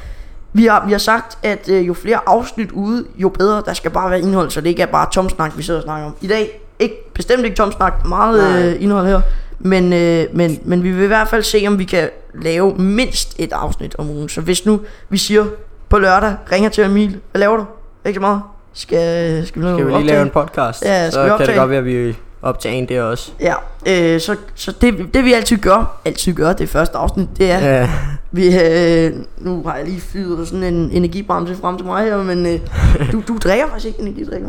vi har, vi har sagt, at øh, jo flere afsnit ude, jo bedre. Der skal bare være indhold, så det ikke er bare tomsnak, vi sidder og snakker om. I dag, ikke, bestemt ikke tomsnak, meget
Nej.
øh, indhold her. Men, øh, men, men vi vil i hvert fald se, om vi kan lave mindst et afsnit om ugen. Så hvis nu vi siger på lørdag, ringer til Emil, hvad laver du? Ikke så meget. Skal, skal vi, lave
skal vi lige
optag?
lave en podcast,
Ja, skal vi
så kan det
optage?
godt være, at vi optager en der også.
Ja, øh, så, så det, det vi altid gør, altid gør det første afsnit, det er, ja.
Ja.
vi, øh, nu har jeg lige fyret sådan en energibremse frem til mig her, men øh, du, du drikker faktisk ikke energidrikker.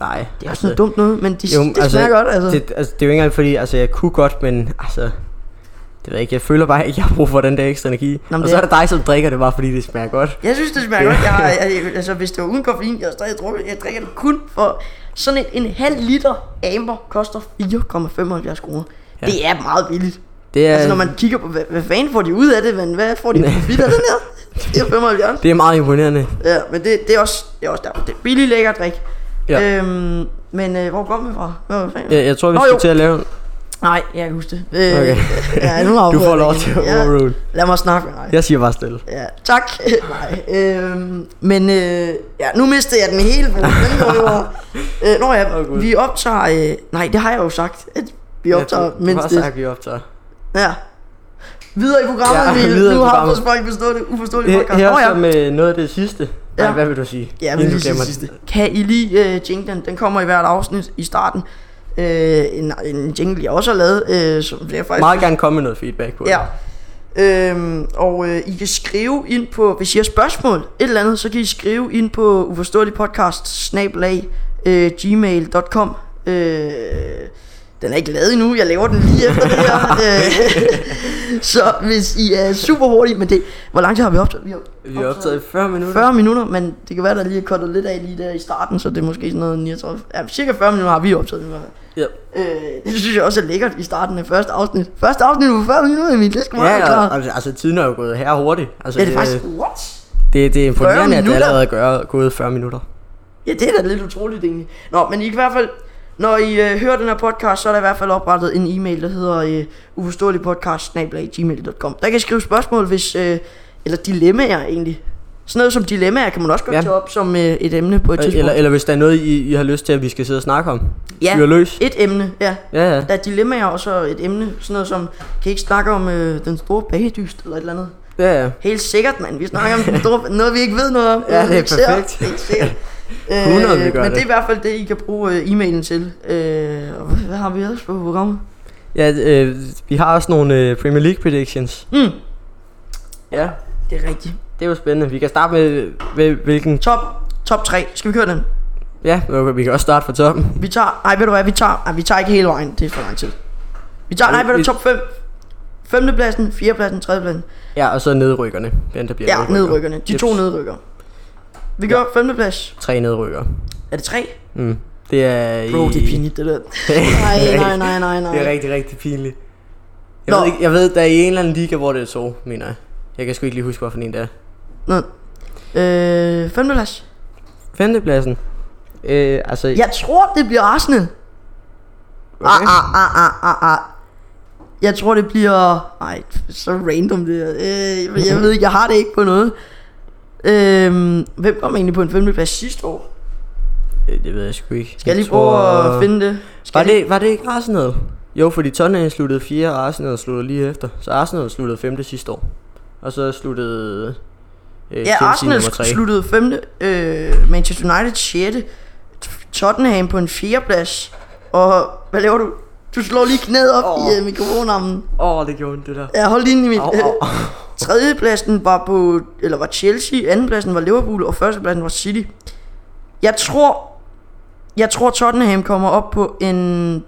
Nej.
Det er også noget dumt noget, men de,
Jo,
jo, det smager
altså,
godt, altså. Det,
Det, altså, det er jo ikke engang fordi, altså jeg kunne godt, men altså, det ved jeg ikke, jeg føler bare ikke, jeg har brug for den der ekstra energi.
men
Nå, og
det
så
er-
er det dig, som drikker det bare, fordi det smager godt.
jeg synes, det smager godt. Jeg, har- jeg, jeg, altså, hvis det var uden koffein, jeg stadig drukket, jeg drikker det kun for sådan en, en halv liter amber koster 4,75 kroner. Ja.
Ja.
Det er meget billigt.
Det er,
Ja. Altså, når man kigger på, hvad, hvad fanden får de ud af det, men hvad får de profit af den her? 4,75.
det er meget imponerende.
Ja, men det, det er også, det er også derfor. Det er billig lækker drik.
Ja.
Øhm, men øh, hvor kom vi fra? Hvad var fanden?
Jeg, jeg tror, vi
Nå,
skal
jo.
til at lave en.
Nej, jeg kan huske det. Øh,
Okay.
ja, nu
Du
afbryder
får
jeg
lov
igen.
til at
ja,
overrule.
Lad mig snakke med dig.
Jeg siger bare stille.
Ja, tak. Nej, øhm, men øh, ja, nu mistede jeg den hele. for Den går jo over. øh, Nå ja,
Åh, Gud.
vi optager... Øh, nej, det har jeg jo sagt, at vi optager,
ja,
mens
det...
det...
Sagt, vi optager.
Ja. Videre i programmet,
Ja,
ja,
videre
videre
i
nu har
programmet.
vores folk forstået det uforståelige
Her,
podcast. Nå
her
ja,
som øh, noget af det sidste. Ja.
Ja.
Nej, hvad vil du sige?
ja
Inden
men
du
lige
glemmer
sidste,
det.
sidste. Kan I lige øh, jinglen? Den kommer i hvert afsnit i starten. Øh, en, en jingle, jeg også har lavet, øh, som jeg faktisk
Meget gerne komme med noget feedback på det.
Ja. Øhm, og øh, I kan skrive ind på, hvis I har spørgsmål, et eller andet, så kan I skrive ind på uforståelig podcast snablag øh, gmail.com. Øh, den er ikke lavet endnu, jeg laver den lige efter det her. øh, så hvis I er super hurtige, men det, hvor lang tid har vi optaget? Vi har
Vi har optaget i 40 minutter.
40 minutter, men det kan være, der lige er kottet lidt af lige der i starten, så det er måske sådan noget 39. Ja, cirka 40 minutter har vi optaget nu.
Ja.
Øh, det synes jeg også er lækkert i starten af første afsnit. Første afsnit var 40 minutter, Emil. Det skal man ja,
Ja,
klart.
og, altså, altså tiden er jo gået her hurtigt. Altså,
Ja, det er faktisk... What?
det, det er
40
imponerende, at det
minutter?
allerede gør gået 40 minutter.
Ja, det er da lidt utroligt egentlig. Nå, men I kan i hvert fald... Når I øh, hører den her podcast, så er der i hvert fald oprettet en e-mail, der hedder øh, uforståeligpodcast.gmail.com. Der kan I skrive spørgsmål, hvis... Øh, eller dilemmaer egentlig. Sådan noget som dilemmaer kan man også godt
Ja.
tage op som øh, et emne på et tidspunkt.
Eller, eller hvis der er noget, I, I har lyst til, at vi skal sidde og snakke om.
Ja.
Fyr løs.
Et emne, ja.
Ja, ja.
Der er dilemmaer og så et emne, sådan noget som, kan I ikke snakke om øh, den store bagedyst eller et eller andet?
ja, ja.
Helt sikkert, mand. Vi snakker om den store, noget, vi ikke ved noget om.
Ja,
noget, vi
det er
ikke ser.
perfekt.
Det er ikke sikkert. Øh,
100 vi gør
men det. er
det.
i hvert fald det, I kan bruge øh, e-mailen til. Øh, og hvad, hvad har vi ellers på programmet?
ja øh, vi har også nogle øh, Premier League predictions.
Mm,
Ja.
det er rigtigt.
Det er jo spændende. Vi kan starte med, øh, med hvilken...
Top, top 3. Skal vi køre den?
Ja, okay, vi kan også starte fra toppen.
Vi tager... Nej, ved du hvad? Vi tager... Nej, vi tager ikke hele vejen. Det er for lang tid. Vi tager... Nej, ved du,
Vi-
top 5. Femtepladsen, fjerdepladsen, tredjepladsen.
Ja, og så nedrykkerne. Den, der bliver
Ja, nedrykkerne. De
Yes.
to nedrykker. Vi gør femteplads.
Tre nedrykker.
Er det tre?
Mm. Det er...
Bro,
i-
det er pinligt, det der.
Det
Nej, nej,
er
nej, nej, nej.
Det er rigtig, rigtig pinligt. Jeg
Nå.
ved, ikke, jeg ved, der er i en eller anden liga, hvor det er to, mener jeg. Jeg kan sgu ikke lige huske, hvorfor en det er.
Øh, femteplads.
Femtepladsen. Øh, altså...
Jeg tror, det bliver Arsenal. Okay. Ah, ah, ah, ah, ah, ah. Jeg tror, det bliver... Ej, så random det her. Øh, jeg ved ikke, jeg har det ikke på noget. Øh, hvem kom egentlig på en femteplads sidste år?
Øh, Det ved jeg sgu ikke.
ah. Skal jeg lige prøve at finde det? Skal
Var
jeg lige-
det, var det ikke Arsenal? Jo, fordi Tottenham sluttede 4, og Arsenal sluttede lige efter. Så Arsenal sluttede 5. sidste år. Og så sluttede... Øh,
Ja, Arsenal
nummer tre.
sluttede femte. Øh, Manchester United 6. Tottenham på en fjerdeplads. Og hvad laver du? Du slår lige knæet op oh. i
Åh.
øh, mikrofonarmen.
Åh, oh, det gjorde ondt, det der.
Ja, hold lige ind i mit. øh,
Au, au, au.
Tredjepladsen var på, eller var Chelsea, andenpladsen var Liverpool, og førstepladsen var City. Jeg tror, jeg tror Tottenham kommer op på en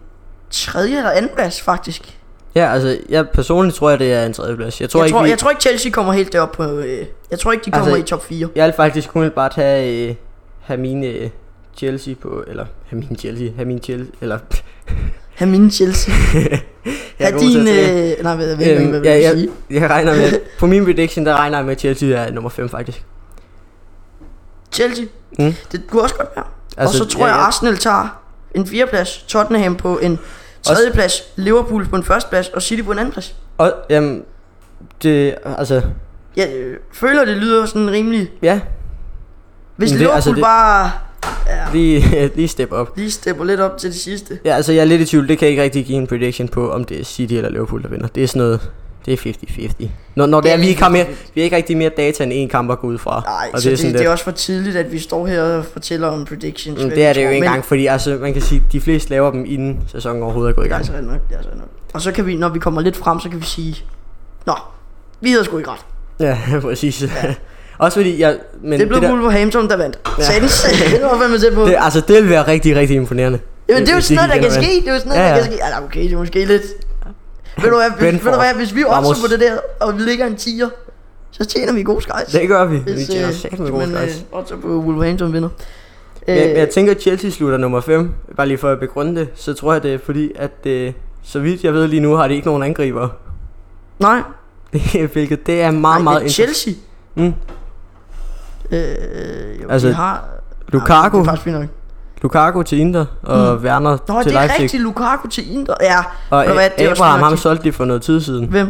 tredje eller andenplads faktisk.
Ja, altså, jeg personligt tror jeg, det er en tredjeplads. Jeg tror
jeg,
ikke,
tror,
vi-
jeg tror ikke Chelsea kommer helt derop på, øh, jeg tror ikke de kommer
Altså-
i top 4.
Jeg vil faktisk kun bare have, øh, have mine øh, Chelsea på, eller have mine Chelsea, have mine Chelsea, eller...
Ha' mine Chelsea.
Jeg er
Ha'
god til
din,
at tale.
øh, nej, hvad, hvad, hvad, hvad,
Øhm,
vil
ja,
du
jeg,
sige?
jeg regner med, på min prediction, der regner jeg med, at Chelsea er nummer 5 faktisk.
Chelsea,
Mm.
det kunne også godt være. Altså, og så tror jeg, Arsenal tager en fjerdeplads, Tottenham på en tredjeplads, Liverpool på en førsteplads, og City på en andenplads.
Og, jamen, det, altså,
Jeg øh, føler, det lyder sådan rimelig...
ja,
Hvis
Men det-
Liverpool altså
altså,
det...
det-
bare
lige, lige step op.
lige stepper lidt op til det sidste.
Ja, altså, jeg er lidt i tvivl, det kan jeg ikke rigtig give en prediction på, om det er City eller Liverpool, der vinder. Det er sådan noget, det er 50-50. Når, når det,
Det
det
er
er, vi
lidt
ikke har mere, vi har ikke rigtig mere data end en kamp at gå ud fra.
Nej,
og
så det, det,
sådan
det
lidt-
er også for tidligt, at vi står her og fortæller om predictions.
Mm,
hvad
det
vi
er det jo
tror,
ikke
men-
engang, fordi altså, man kan sige, at de fleste laver dem, inden sæsonen overhovedet er gået i
Det er
gang.
altså rigtig nok, det er altså rigtig nok. Og så kan vi, når vi kommer lidt frem, så kan vi sige, Nå, vi havde sgu ikke ret.
Ja, præcis. Også fordi jeg... Men
det blev
der,
Wolverhampton, der vandt. Ja.
Ja.
Sands, det var fandme tæt på.
det,
Det,
altså, det vil være rigtig, rigtig imponerende.
Jamen, det er jo
Hvis
sådan noget,
de
der kan
vinder,
ske. Det er jo sådan noget,
Ja,
der
ja.
kan ske. Altså, okay, det er måske lidt... Ved du hvad, hvis,
Brentford.
ved du hvad, hvis vi
Ramos.
også på det der, og vi ligger en 10'er, så tjener vi god skejs.
Det gør vi. Vi
Hvis, øh,
tjener sæt med
hvis
gode
man
stress.
øh, også på Wolverhampton vinder. Øh,
Men men jeg tænker, at Chelsea slutter nummer 5. Bare lige for at begrunde det, så tror jeg, det er fordi, at øh, så vidt jeg ved lige nu, har de ikke nogen angriber.
nej,
Hvilket det er meget,
nej,
meget
men
interessant.
Chelsea.
Mm.
Øh, jo,
Altså,
de har...
Lukaku.
Nej, det er faktisk fint nok.
Lukaku til Inter og mm. Werner
Nå,
til
det er
Leipzig.
rigtigt, Lukaku til Inter. Ja,
Og
Ved du hvad, det er
øh,
også
Abraham,
nok-
ham solgte de for noget tid siden.
hvem?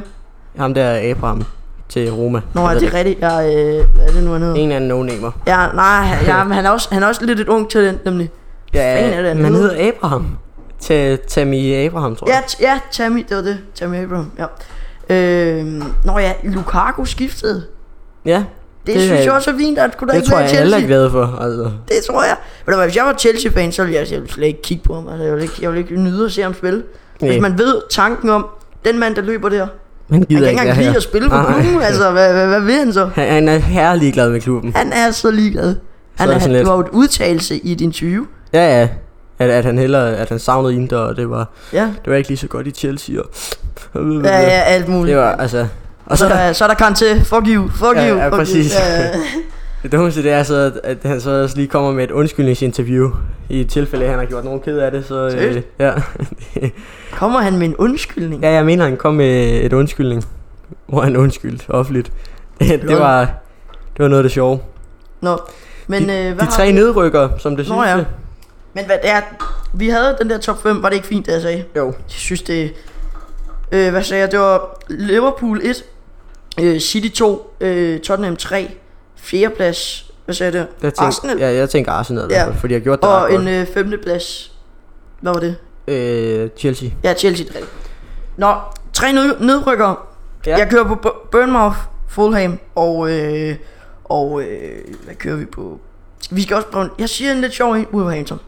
Ham der Abraham til Roma.
Nå,
Jeg
er
ved
det rigtigt? Ja, øh, hvad er det nu, han hedder?
En eller anden no-namer.
Ja, nej, ja, men han er, også, han er også lidt et ung talent, nemlig. fanden er det, han
men han
hedder?
hedder Abraham. Ta- Tammy Abraham, tror
Ja,
jeg.
t- ja, Tammy, det var det. Tammy Abraham, ja. Øh, når ja, Lukaku skiftede.
Ja,
Det,
Det
det synes
er-
jeg også er fint, at kunne da
det
ikke
tror
være i
jeg, alle
Chelsea.
er glade for. Altså.
Det tror jeg. Men hvis jeg var Chelsea-fan, så ville jeg, jeg ville slet ikke kigge på ham. Altså, jeg, ville ikke, jeg ville ikke nyde at se ham spille.
Nej,
Hvis man ved tanken om, den mand, der løber der,
man
han
gider
kan ikke
ikke
engang
være
lide
her.
at spille for
Nej, nej.
klubben. Altså, hvad, hvad, hvad vil han så?
Han, han er herlig glad med klubben.
Han er så ligeglad. Han
er
er,
det sådan
det
lidt.
var jo et udtalelse i et interview.
Ja, ja. At, at han hellere, at han savnede Inter, og det var,
Ja,
det var ikke lige så godt i Chelsea. Og,
ja, ja alt muligt.
Det var, altså...
og så, er der, så er der Kante, fuck you, fuck
Ja,
you.
ja,
fuck
præcis.
You. Ja,
Det dummeste det er så, at, at han så også lige kommer med et undskyldningsinterview. I tilfælde af, at han har gjort nogen ked af det, så... Øh,
Seriøst?
ja.
kommer han med en undskyldning?
ja, jeg mener, han kom med et undskyldning. Hvor han undskyldte offentligt. Det, det var... Det var noget af det sjove.
Nå, men øh, hvad
De
har
tre
vi?
nedrykker, som det
Nå
sidste.
ja. Men hvad det er, vi havde den der top 5, var det ikke fint, det jeg sagde?
Jo.
Jeg synes det, øh, hvad sagde jeg, det var Liverpool 1, øh, City 2, øh, Tottenham 3, fjerdeplads, hvad sagde jeg der?
Jeg tænker,
Arsenal?
Ja, jeg tænker Arsenal,
Ja.
ja. fordi jeg har gjort det
Og
ret
en
godt.
øh, femteplads, hvad var det?
Øh, Chelsea.
Ja, Chelsea det er rigtigt. Nå, tre ned- nedrykkere.
Ja.
Ja. Jeg kører på B- Burnmouth, Fulham og... Øh, og øh, hvad kører vi på? Vi skal også på en, Jeg siger en lidt sjov en, Wolverhampton.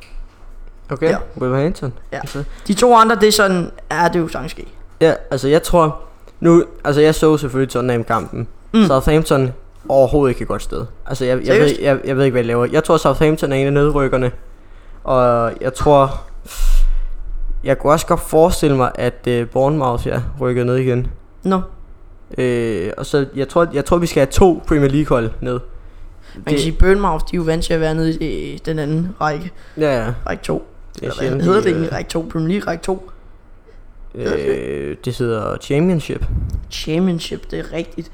Okay, ja.
Ja.
Wolverhampton.
Ja.
Altså,
De to andre, det er sådan... Ja, det er jo sagtens ske.
ja, altså jeg tror... Nu, altså jeg så selvfølgelig Tottenham-kampen. Mm.
Mm.
Southampton overhovedet ikke et godt sted. Altså jeg, jeg, ved,
Seriøst?
jeg, jeg ved ikke, hvad jeg laver. Jeg tror Southampton er en af nedrykkerne. Og jeg tror... Jeg kunne også godt forestille mig, at øh, Bournemouth ja, rykker ned igen.
Nå,
Øh, og så, jeg tror, jeg tror, vi skal have to Premier League-hold ned.
man kan sige, Burnmouth, de er jo vant til at være nede i øh, den anden række.
Ja, ja.
Række 2.
Det
Eller
sjældent,
hvad hedder
de,
det egentlig? Række 2, Premier League, række 2.
Øh, det hedder Championship.
Championship, det er rigtigt.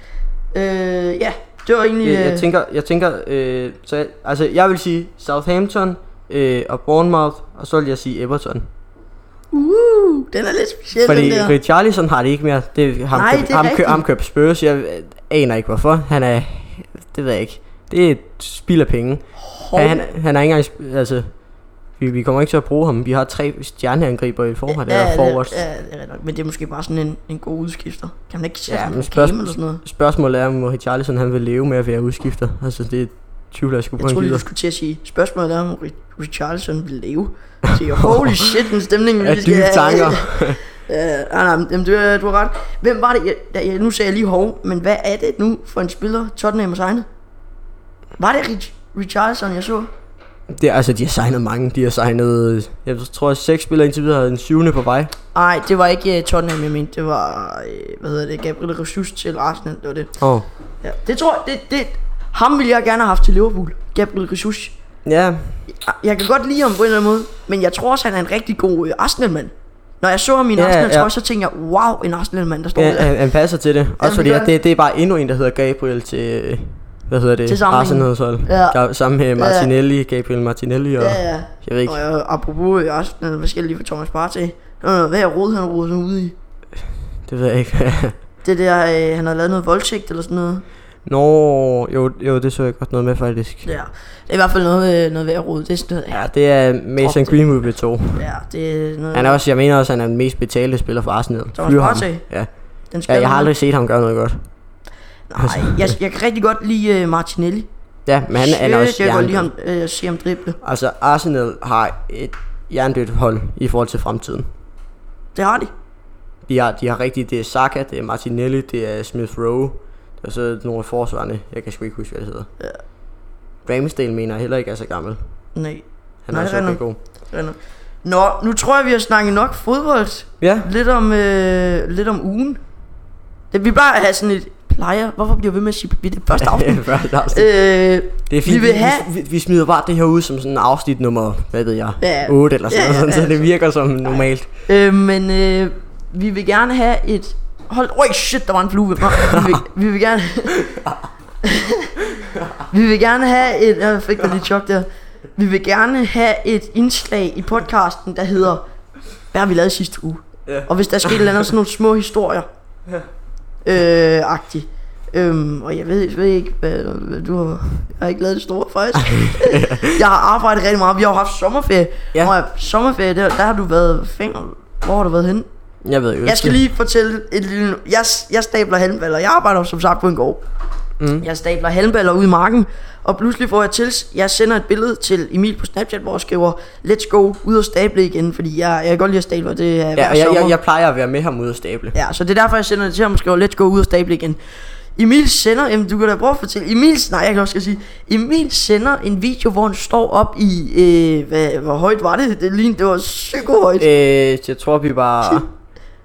Øh, ja, det var egentlig...
Jeg, jeg
øh,
tænker, jeg tænker øh, så jeg, altså jeg vil sige Southampton øh, og Bournemouth, og så vil jeg sige Everton.
uh, den er lidt speciel, den
Fordi
der.
Richarlison har det ikke mere. Det, er ham,
Nej,
køb,
det er
ham, køb,
rigtigt.
ham køb Spurs, jeg øh, aner ikke hvorfor. Han er, det ved jeg ikke. Det er et spild af penge.
Hov.
Han, han, han er ikke engang, sp- altså, vi, vi kommer ikke til at bruge ham. Vi har tre stjerneangriber i forvejen, eller forwards.
Det, ja, det er rigtigt nok. Men det er måske bare sådan en, en god udskifter. Kan man ikke sætte
Ja,
ja,
men
en
spørgsmål-
game eller sådan noget?
Spørgsmålet er, om Richarlison han vil leve med at være udskifter. Altså, det tvivler jeg sgu på,
Jeg
han
troede, lige, du
gider.
skulle til at sige, spørgsmålet er, om Ri- Richarlison vil leve. Så jeg, holy shit, den stemning,
Er dybe tanker.
ja, nej, Øh, ah, nej, men du, har- du har ret. Hvem var det? Jeg, da- jeg, nu sagde jeg lige hov, men hvad er det nu for en spiller, Tottenham har signet? Var det Rich, Richarlison, jeg så?
Det, er- altså, de har signet mange. De har signet, øh, jeg tror, seks spillere indtil videre, og en syvende på vej.
Nej, det var ikke uh, Tottenham, jeg mente. Det var, uh, hvad hedder det, Gabriel Jesus til Arsenal, det var det.
Åh. Oh.
Ja, det tror jeg, det, det, ham ville jeg gerne have haft til Liverpool. Gabriel Jesus.
Ja,
Jeg kan godt lide ham på en eller anden måde, men jeg tror også, han er en rigtig god øh, Arsenal-mand. Når jeg så ham i en
Ja,
ja, Arsenal-trøje,
ja.
så tænkte jeg, wow, en Arsenal-mand, der står
ja
ja, der.
han, han, passer til det. Også
Jamen,
fordi,
det
at
gør
det, det er bare endnu en, der hedder Gabriel til, øh, hvad hedder det,
Til sammenligning.
Arsenals hold.
Ja.
Der, sammen med Martinelli, Gabriel Martinelli og,
Ja, ja.
jeg ved ikke,
Og jeg, apropos øh, Arsenal, hvad skal jeg lige for Thomas Partey? Nå, nå, Hvad er råd, han roder sig ude i?
det ved jeg ikke.
Det der, øh, han har lavet noget voldtægt eller sådan noget.
Nå, jo, jo, det så jeg godt noget med faktisk.
Ja. Det er i hvert fald noget, øh, noget ved at rode. Det er sådan noget, ja,
Ja, det er Mason
Drop det.
Greenwood ved to.
ja det er noget.
Han er også, jeg mener også, han er den mest betalte spiller for Arsenal.
Thomas
Fyr ham.
Partey?
Ja.
den skal
ja, jeg har aldrig set ham gøre noget godt.
Nej, jeg, jeg kan rigtig godt lide øh, Martinelli.
Ja, men han, han er også
Shit, jeg kan godt lide
jerndød.
ham, øh, at se ham drible.
Altså, Arsenal har et jerndødt hold i forhold til fremtiden.
Det har de.
De har, de har rigtig, det er Saka, det er Martinelli, det er Smith Rowe, og så nogle af forsvarerne, jeg kan sgu ikke huske, hvad det hedder.
Ja.
Ramsdale mener jeg heller ikke er så gammel.
Nej,
Han
Nej,
er
det
også
er
okay
nok.
god.
Renner. Nå, nu tror jeg, vi har snakket nok fodbold.
Ja,
Lidt om, øh, lidt om ugen. Det, vi bare have sådan et plejer. Hvorfor bliver vi ved med at sige, vi er det første aften?
Første afsnit.
øh,
det er fint,
vi
vi,
vil have-
vi, vi, smider bare det her ud som sådan en afsnit nummer, hvad ved jeg,
Ja.
8 eller sådan
Ja,
noget,
ja,
sådan,
ja.
så det virker som normalt.
øh, men øh, vi vil gerne have et... Hold... Øj, shit, der var en flue ved mig. Vi vil, vi vil gerne... vi vil gerne have et... Jeg fik da lidt chok der. Vi vil gerne have et indslag i podcasten, der hedder... Hvad har vi lavet sidste uge?
Ja.
Og hvis der sker et eller andet, sådan nogle små historier. Ja. Øh, agtig. Øhm, og jeg ved, jeg ved ikke, hvad, hvad du har... Jeg har ikke lavet det store, faktisk. jeg har arbejdet rigtig meget. Vi har jo haft sommerferie.
Ja.
Ja. Og sommerferie, der, der har du været fængsel. Hvor har du været henne?
Jeg ved jo ikke.
Jeg skal lige fortælle et lille... Jeg, jeg stabler halmballer. Jeg arbejder som sagt på en gård.
Mm.
Jeg stabler halmballer ud i marken, og pludselig får jeg til... Jeg sender et billede til Emil på Snapchat, hvor jeg skriver, let's go, ud og stable igen, fordi jeg, jeg kan godt lide at stable, og det er
Ja,
hver
og jeg,
sommer.
jeg, jeg plejer at være med ham ude at stable.
Ja, så det er derfor, jeg sender det til ham og skriver, let's go ud og stable igen. Emil sender, jamen du kan da prøve at fortælle, Emil, nej jeg kan også skal sige, Emil sender en video, hvor han står op i, øh, hvad, hvor højt var det? Det lignede, det var psykohøjt. Øh,
Øh, jeg tror, vi var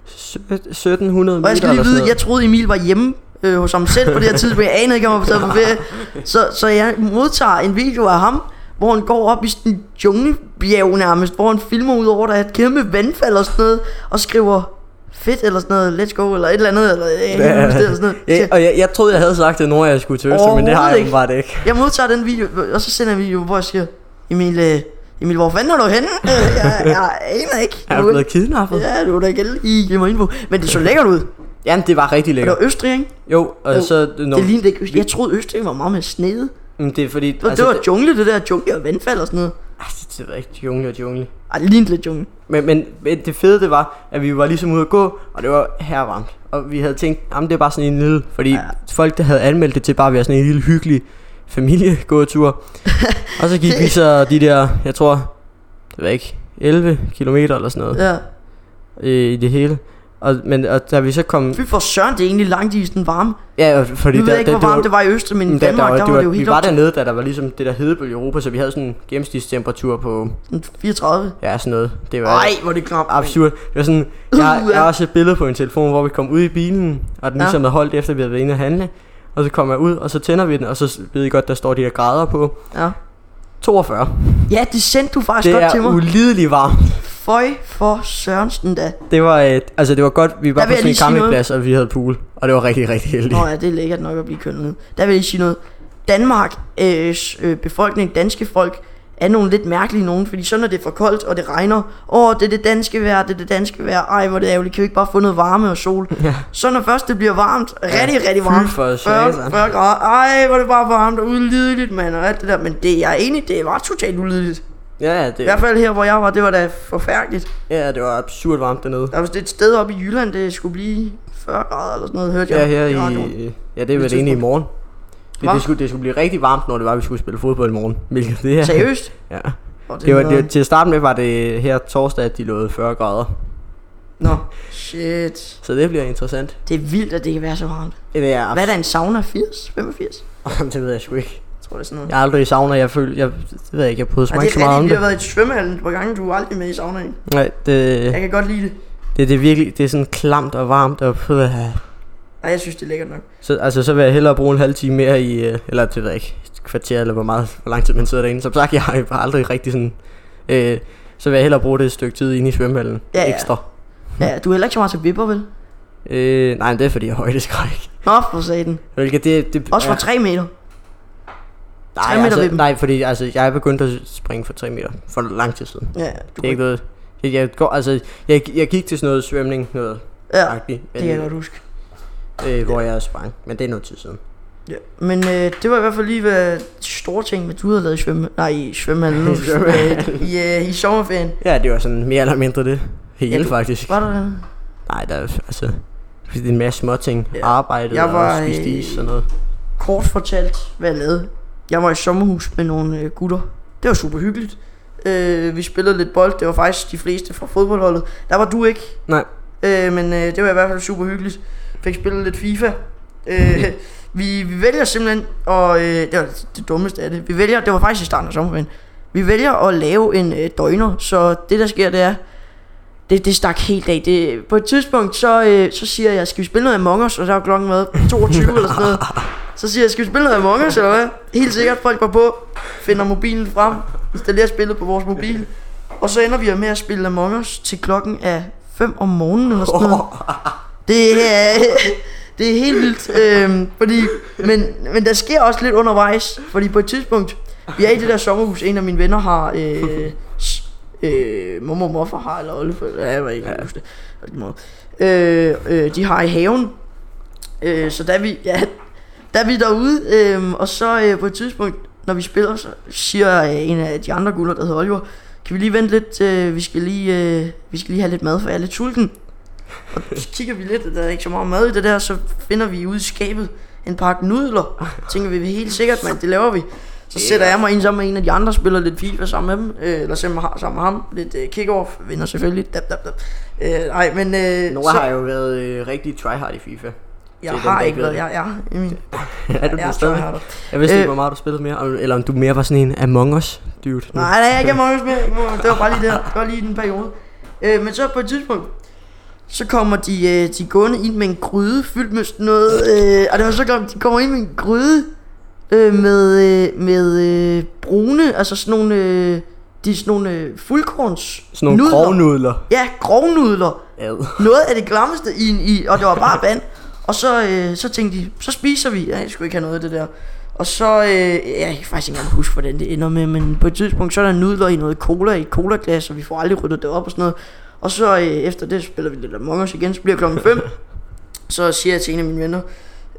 syv- 1700 meter
og jeg skal lige
eller sådan
vide,
noget.
jeg troede Emil var hjemme øh, hos ham selv på det her tidspunkt, jeg anede ikke, om han var taget på ferie. Så, så jeg modtager en video af ham, hvor han går op i sådan en junglebjerg nærmest, hvor han filmer ud over, der er et kæmpe vandfald og sådan noget, og skriver, fedt eller sådan noget, let's go, eller et eller andet, eller, øh, ja. eller sådan noget.
Ja, og jeg, jeg troede, jeg havde sagt det, når jeg skulle til Østrig, men det har jeg
Overhovedet ikke.
åbenbart ikke.
Jeg modtager den video, og så sender jeg en video, hvor jeg siger, Emil, øh, Emil hvor fanden er du henne? Øh, jeg, jeg aner ikke.
Jeg er blevet kidnappet. Ja.
Ja, du er da ikke i giv mig info. Men det så lækkert ud. Og
Jamen, det var rigtig
det
lækkert.
var Østrig, ikke?
Jo, og
Jo,
så... Når,
Det lignede ikke Østrig. Jeg troede, Østrig var meget mere snede.
Men Altså, det er fordi...
Og det var jungle, det der jungle og vandfald og sådan noget.
Ej, det, det var ikke jungle og jungle.
Ej, det lignede lidt jungle.
Men, men, men det fede det var, at vi var ligesom ude at gå, og det var her varmt. Og vi havde tænkt, jamen det er bare sådan en lille... Fordi ja.
Ja.
folk, der havde anmeldt det til bare at være sådan en lille hyggelig familiegåtur. og så gik vi så de der, jeg tror, det var ikke 11 kilometer eller sådan noget
Ja.
øh, i det hele. Og, men og da vi så kom...
Fy for søren, det er egentlig langt i den varme.
Ja, og fordi
Nu ved
der,
jeg ikke,
der,
hvor
det var-
varmt det var i Østrig, men i
Men da,
Danmark, der var det jo
Vi
helt
var
op til
dernede, da der var ligesom det der hedebølge i Europa, så vi havde sådan en gennemsnitstemperatur på,
sådan 34.
ja, sådan noget. Det var
Ej, hvor er det knapt. mand.
absurd. Det var sådan, jeg, har-
Uh, ja.
jeg har også et billede på min telefon, hvor vi kom ud i bilen, og den
Ja.
ligesom havde holdt efter, vi havde været inde og handle. Og så kom jeg ud, og så tænder vi den, og så ved I godt, der står de her grader på.
Ja.
42.
ja, det sendte du faktisk
Det
godt til
er
mig.
ulideligt varmt.
Føj for Sørensen da.
Det var, et, altså det var godt, vi var
vil
på
jeg
sådan en
lige sige noget.
campingplads, og vi havde pool. Og det var rigtig, rigtig heldigt.
Nå ja, det er lækkert nok at blive kønnet ned. Der vil jeg sige noget. Danmark, øh, s- øh, befolkning, danske folk, er nogle lidt mærkelige nogen, fordi så når det er for koldt, og det regner, åh, det er det danske vejr, det er det danske vejr, ej, hvor er det ærgerligt, kan vi ikke bare få noget varme og sol?
Ja.
Så når først det bliver varmt, rigtig, rigtig
Fy
varmt,
for
40,
satan.
40 grader, ej, hvor er det bare varmt og ulideligt, mand, og alt det der, men det, jeg er enig, det var totalt ulideligt.
Ja, ja,
I
det,
hvert fald her, hvor jeg var, det var da forfærdeligt.
ja, det var absurd varmt dernede.
Der var et sted oppe i Jylland, det skulle blive 40 grader eller sådan noget, hørte
Ja,
jeg.
her
radioen.
i, ja det er vel
tidspunkt.
egentlig i morgen. Det,
Hva?
det, skulle, det skulle blive rigtig varmt, når det var, vi skulle spille fodbold i morgen. Hvilket det er.
Seriøst?
Ja.
Og
Det var,
hedder-
det, til at starte med var det her torsdag, at de lovede 40 grader.
Nå, shit.
Så det bliver interessant.
Det er vildt, at det kan være så varmt.
Det er,
Hvad er der en sauna? 80? 85?
det ved jeg sgu ikke.
Jeg tror, det er sådan noget.
Jeg har aldrig i sauna, jeg føler, jeg, det ved jeg ikke, jeg prøvede
Ej,
smagt
det
så
er
meget om
rigtigt, vi har
det.
været i svømmehallen på gange, du er aldrig med i saunaen.
Nej, det,
Jeg kan godt lide det.
det, det er virkelig, det er sådan klamt og varmt og puh,
Nej, jeg synes, det er lækkert nok.
så, altså, så vil jeg hellere bruge en halv time mere i, øh, eller det ved jeg ikke, et kvarter, eller hvor, meget, hvor lang tid man sidder derinde. Som sagt, jeg har jo bare aldrig rigtig sådan, øh, så vil jeg hellere bruge det et stykke tid inde i svømmehallen
Ja, ja.
ekstra.
Ja, du er heller ikke så meget til vipper, vel?
Øh, nej, men det er fordi, jeg er højdeskræk.
Nå, for satan.
Hvilket det... det
Også for 3 meter.
nej,
tre meter ved
altså,
dem.
nej, fordi altså, jeg er begyndt at springe for 3 meter for lang tid siden.
Ja, du
Det er ikke noget... Jeg, jeg, går, altså, jeg, jeg gik til sådan noget svømning, noget
Ja,
agtigt,
det
men,
kan jeg godt huske.
øh, hvor jeg sprang. Men det er noget tid siden.
Ja. Men øh, det var i hvert fald lige hvad store ting, hvad du havde lavet i svømme... Nej, i svømmehallen. nu.
I svømmehallen.
Øh, I, øh, i sommerferien.
Ja, det var sådan mere eller mindre det. Hele
Ja,
ja,
du-
faktisk.
Var der den?
Nej, der er altså... Det er en masse småting.
Ja.
Arbejde
Jeg var,
og spiste
øh,
is og noget.
kort fortalt, hvad jeg lavede. Jeg var i sommerhus med nogle øh, gutter. Det var super hyggeligt. Øh, vi spillede lidt bold. Det var faktisk de fleste fra fodboldholdet. Der var du ikke.
Nej.
Øh, men øh, det var i hvert fald super hyggeligt. Fik spillet lidt FIFA. Øh, vi, vi vælger simpelthen, og øh, det var det dummeste af det. Vi vælger, det var faktisk i starten af sommerferien. Vi vælger at lave en øh, døgner, så det der sker, det er, det, det stak helt af. Det, på et tidspunkt, så, øh, så siger jeg, skal vi spille noget Among Us? Og der var klokken hvad, 22 eller sådan noget. Så siger jeg, skal vi spille noget Among Us, eller hvad? Helt sikkert, folk var på, finder mobilen frem, installerer spillet på vores mobil. Og så ender vi med at spille Among Us til klokken er 5 om morgenen eller sådan noget. Det er, det er helt vildt, øhm, fordi, men, men der sker også lidt undervejs, fordi på et tidspunkt, vi er i det der sommerhus, en af mine venner har, øh, s- øh, mormor og morfar har, eller oldeforældre, ja, jeg ved ikke, ja. huske det, Og lige meget. øh, øh, de har i haven, øh, så da vi, ja, der er vi derude, øhm, og så øh, på et tidspunkt, når vi spiller, så siger øh, en af de andre gutter, der hedder Oliver, kan vi lige vente lidt, øh, vi, skal lige, øh, vi skal lige have lidt mad, for jeg er lidt sulten. Og så kigger vi lidt, der er ikke så meget mad i det der, så finder vi ude i skabet en pakke nudler. Tænker vi, vi er helt sikkert, mand, det laver vi. Så
Det er
sætter jeg
godt.
mig ind sammen med en af de andre, spiller lidt FIFA sammen med dem, øh, eller sammen med, sammen med ham, lidt øh, kick-off, vinder selvfølgelig, dab, dab, dab. Øh, nej, men øh,
Nora
så,
har jo været øh, rigtig tryhard i FIFA.
jeg
til dem,
har
der
ikke
ikke ved
været, jeg er i min,
er du
jeg er
det stadig?
tryharder.
Jeg vidste ikke,
Øh.
hvor meget du spillede mere, om- eller om du mere var sådan en Among Us dude. nu.
Nej, nej, jeg er ikke Among Us mere. Ikke Among Us. Det var bare lige der. Det var lige i den periode. Øh, men så på et tidspunkt, så kommer de, øh, de gående ind med en gryde fyldt med sådan noget. Øh, og det var så godt, de kommer ind med en gryde øh, med, øh, med øh, brune, altså sådan nogle, øh, de er sådan nogle øh, fuldkorns
Sådan nogle
nudler.
grovnudler.
Ja, grovnudler.
Ad.
Noget af det klammeste i, en- i og det var bare vand. Og så, øh, så tænkte de, så spiser vi. Ja, jeg skulle ikke have noget af det der. Og så, øh, jeg kan faktisk ikke engang huske, hvordan det ender med, men på et tidspunkt, så er der nudler i noget cola i et colaglas, og vi får aldrig ryddet det op og sådan noget. Og så øh, efter det spiller vi lidt Among Us igen, så bliver klokken 5. Så siger jeg til en af mine venner,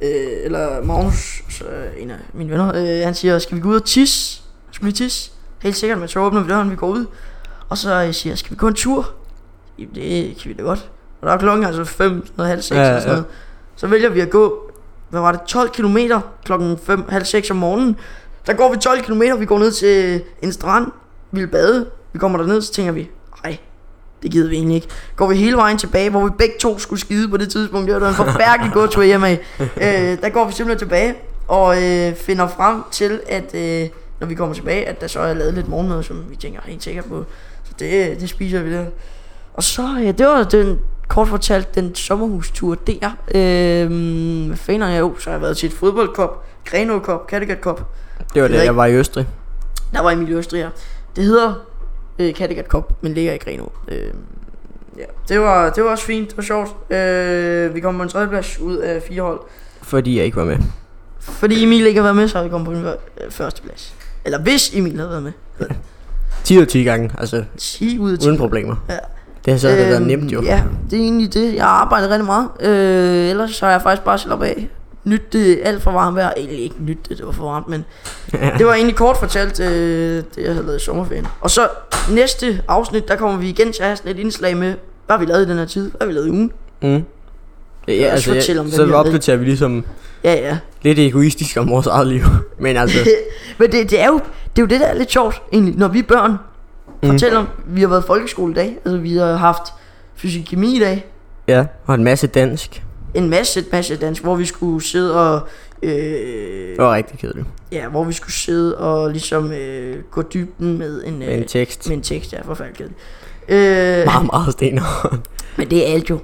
øh, eller Magnus, så er en af mine venner, øh, han siger, skal vi gå ud og tisse? Skal vi tisse? Helt sikkert, men så åbner vi døren, vi går ud. Og så øh, siger jeg, skal vi gå en tur? Jamen, det kan vi da godt. Og der er klokken altså 5, noget halv 6
Ja,
ja, eller sådan
ja.
noget. Så vælger vi at gå, hvad var det, 12 km klokken 5, halv 6 om morgenen. Der går vi 12 km, vi går ned til en strand, vi vil bade. Vi kommer derned, så tænker vi, nej, det gider vi egentlig ikke. Går vi hele vejen tilbage, hvor vi begge to skulle skide på det tidspunkt. Det var da en forfærdelig god tur hjemme af. Øh, der går vi simpelthen tilbage og øh, finder frem til, at øh, når vi kommer tilbage, at der så er lavet lidt morgenmad, som vi tænker helt sikkert på. Så det, det spiser vi der. Og så, ja, det var den kort fortalt den sommerhustur der. Øh, hvad fanden har jeg jo? Så har jeg været til et fodboldkop, Greno Cup, Kattegat Cup.
Det var
Det er
det,
ikke-
jeg var i Østrig.
Der var Emilio Østriger. Det hedder øh, Kattegat Cup, men ligger i Greno. Øh, ja. det, var, det var også fint, det var sjovt. Øh, vi kom på en tredjeplads ud af fire hold.
Fordi jeg ikke var med.
Fordi Emil ikke har været med, så har vi kommet på en øh, førsteplads. Eller hvis Emil havde været med.
10 ud 10 gange, altså
10 ud af 10.
uden problemer.
Ja.
Det har så øh, været nemt jo.
Øhm, Ja, det er egentlig det. Jeg har arbejdet rigtig meget. Øh, ellers så har jeg faktisk bare slappet af. Nyt det alt for varmt vejr. Egentlig ikke nyt det, det var for varmt, men det var egentlig kort fortalt, øh, det jeg havde lavet i sommerferien. Og så næste afsnit, der kommer vi igen til at have sådan et indslag med, hvad har vi lavet i den her tid? Hvad har vi lavet i ugen?
Mm. Ja,
også
altså, jeg,
fortælle om, hvad vi
så
har
opdaterer vi ligesom
Ja, ja.
lidt egoistisk om vores eget liv. Men altså,
men det, det, er jo, det er jo det, der er lidt sjovt, egentlig, når vi børn
Mm.
mm. fortæller, om- vi har været i folkeskole i dag, altså vi har haft fysik-kemi i dag,
ja, og en masse dansk.
en masse, et masse dansk, hvor vi skulle sidde og... Øh,
Det var rigtig kedeligt.
Ja, hvor vi skulle sidde og ligesom øh, gå dybden med en, øh,
Med en tekst.
med en tekst, ja, forfærdelig kedeligt. Øh,
Meget, meget sten.
men det er alt jo.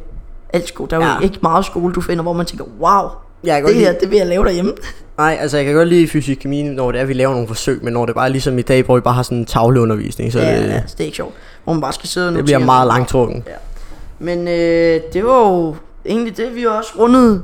Alt sko. Der er jo
Ja.
ikke meget skole, du finder, hvor man tænker, wow,
Jeg kan
det her, det vil jeg lave derhjemme.
Nej, altså jeg kan godt lide fysik kemi, når det er, vi laver nogle forsøg, men når det bare er ligesom i dag, hvor vi bare har sådan en tavleundervisning, så
Ja,
det,
ja, altså, det er ikke sjovt. Hvor man bare skal sidde og
det
notere.
bliver meget langtrukken.
Men øh, det var jo egentlig det, vi også rundede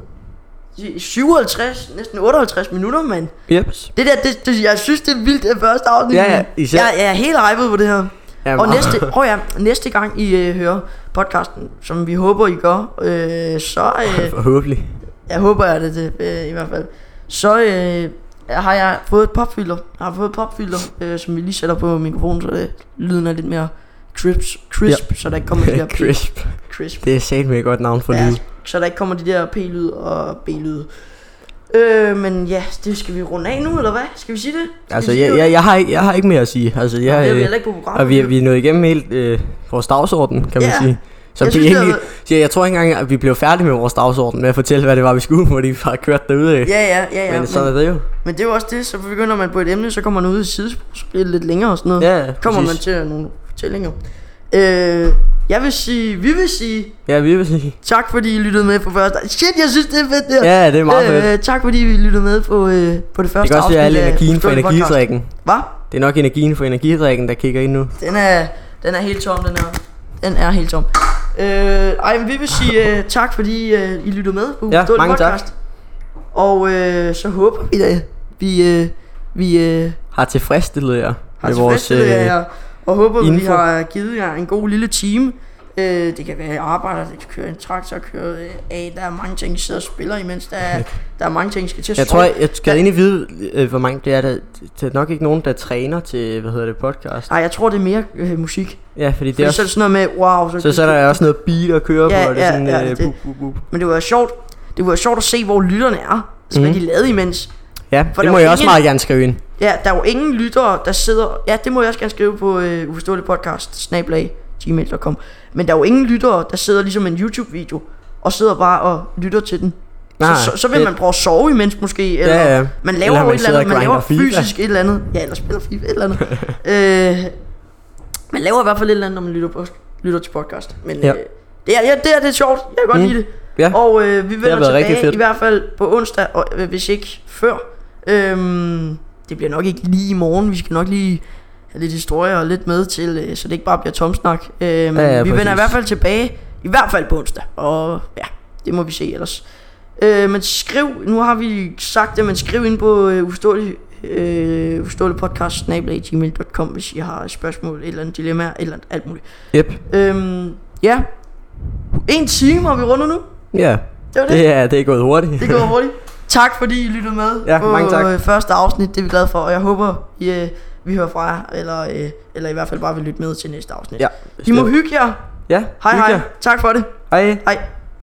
i 57, næsten 58 minutter, mand.
Jeps.
Det der, det, det, jeg synes, det er vildt, det første afsnit.
Ja, ja,
især.
især.
Jeg, jeg er helt hyped på det her.
Ja,
Og
meget.
næste, prøv ja, næste gang I øh, hører podcasten, som vi håber I gør, øh, så øh,
Forhåbentlig.
jeg håber jeg det, det øh, i hvert fald. Så øh, har jeg fået et popfilter, jeg har fået et popfilter, øh, som vi lige sætter på mikrofonen, så det, lyden er lidt mere crisp, crisp så der ikke kommer de der p-
Crisp.
crisp,
Det er satme et godt navn for ja.
Ja.
lyd.
så der ikke kommer de der p-lyd og b-lyd. Øh, men ja, det skal vi runde af nu, eller hvad? Skal vi sige det? Skal
Altså,
vi sige
jeg,
det?
jeg, jeg, har ikke, jeg har ikke mere at sige. Altså,
Nå, det
jeg,
er vi
øh,
heller ikke på programmet.
og vi, er- vi er nået igennem helt øh, vores dagsorden, kan man
Ja.
sige. Så
Jeg
jeg,
synes,
synes,
det
egentlig,
har
jeg, jeg tror ikke engang, at vi blev færdige med vores dagsorden med at fortælle, hvad det var, vi skulle, fordi vi bare kørte derude. af.
Ja, ja, ja, ja.
men sådan er det jo.
Men det er jo også det, så begynder man på et emne, så kommer man ud i sidespor, så bliver det lidt længere og sådan noget.
Ja, ja,
kommer man
præcis.
til nogle fortællinger. Øh, jeg vil sige, vi vil sige
Ja, vi vil sige.
tak, fordi I lyttede med på første. Shit, jeg synes, det er fedt der.
Ja, det er meget fedt.
øh, tak, fordi I lyttede med på, øh, på det
Det
første
kan også være al
afsnit af
energien fra
Forstå det podcast.
energidrikken.
Hvad?
Det er nok energien fra energidrikken, der kigger ind nu.
Den er, den er helt tom, den er. Den er helt tom. Øh, ej, men vi vil sige øh, tak, fordi øh, I lyttede med på
Ja,
Forstå det
mange tak.
podcast. Og øh, så håber vi da, vi, øh, vi øh,
Har tilfredsstillet jer øh,
har tilfredstillet jer, og håber, vi
info.
har givet jer en god lille time. Øh, det kan være, at jeg arbejder, det kan køre en traktor, køre øh, af. Der er mange ting, jeg sidder og spiller imens. Der er, der er mange ting, jeg skal til at
Jeg
skrue.
tror, jeg, jeg skal egentlig vide, øh, hvor mange det er. Der, der er nok ikke nogen, der træner til, hvad hedder det, podcast.
Nej, jeg tror, det er mere øh, musik. Det
Ja, fordi det
fordi
er
så er
også,
det sådan noget med, wow.
så, så er der også noget beat at køre
Ja,
på, og det er
ja,
sådan,
ja,
øh,
det-
bup, bup, bup.
Men det var sjovt. Det var sjovt at se, hvor lytterne er. Altså, mm. hvad
Mhm.
de lavede imens.
ja
For
det
der
må
er
jeg
jo
også
ingen-
meget gerne skrive ind.
Ja, der er jo ingen lyttere, der sidder... Ja, det må jeg også gerne skrive på øh, uforståelig podcast, snablag, gmail.com. Men der er jo ingen lyttere, der sidder ligesom en YouTube-video, og sidder bare og lytter til den.
Nej,
så, så, så vil
det-
man prøve at sove imens måske, eller
Ja, ja.
man laver
Eller
jo
man
et eller
sidder
andet,
og
man laver
grinder FIFA.
fysisk et eller andet. Ja, eller spiller FIFA, et eller andet. øh, man laver i hvert fald et eller andet, når man lytter, på, lytter til podcast. Men
Ja.
ja. øh, det, er, ja, det, er, det er sjovt, jeg kan godt
Mm.
lide det.
Ja.
Og øh, vi vender
været rigtig
tilbage
fedt.
i hvert fald på onsdag, og, øh, hvis ikke før. Øhm, det bliver nok ikke lige i morgen, vi skal nok lige have lidt historie og lidt med til, øh, så det ikke bare bliver tomsnak. Øhm, ja,
ja,
vi vender i
præcis.
hvert fald tilbage, i hvert fald på onsdag, og ja, det må vi se ellers. Øh, men skriv, nu har vi sagt det, men skriv ind på øh, uforståelig, øh, uforståelig podcast, snabelaggmail.com, hvis I har spørgsmål, et eller andet dilemma, et eller andet, alt muligt.
Yep.
Øhm, ja, en time har vi rundet nu.
Ja,
Det var det.
det er, det er gået hurtigt.
Det går hurtigt. Tak fordi I lyttede med
Ja,
på
mange tak.
øh, første afsnit. Det er vi glade for, og jeg håber, I, øh, vi hører fra jer, eller, øh, eller i hvert fald bare vil lytte med til næste afsnit.
Ja.
I må hygge jer.
Ja,
Hej
hygge
hej.
jer.
Tak for det.
Hej.
Hej.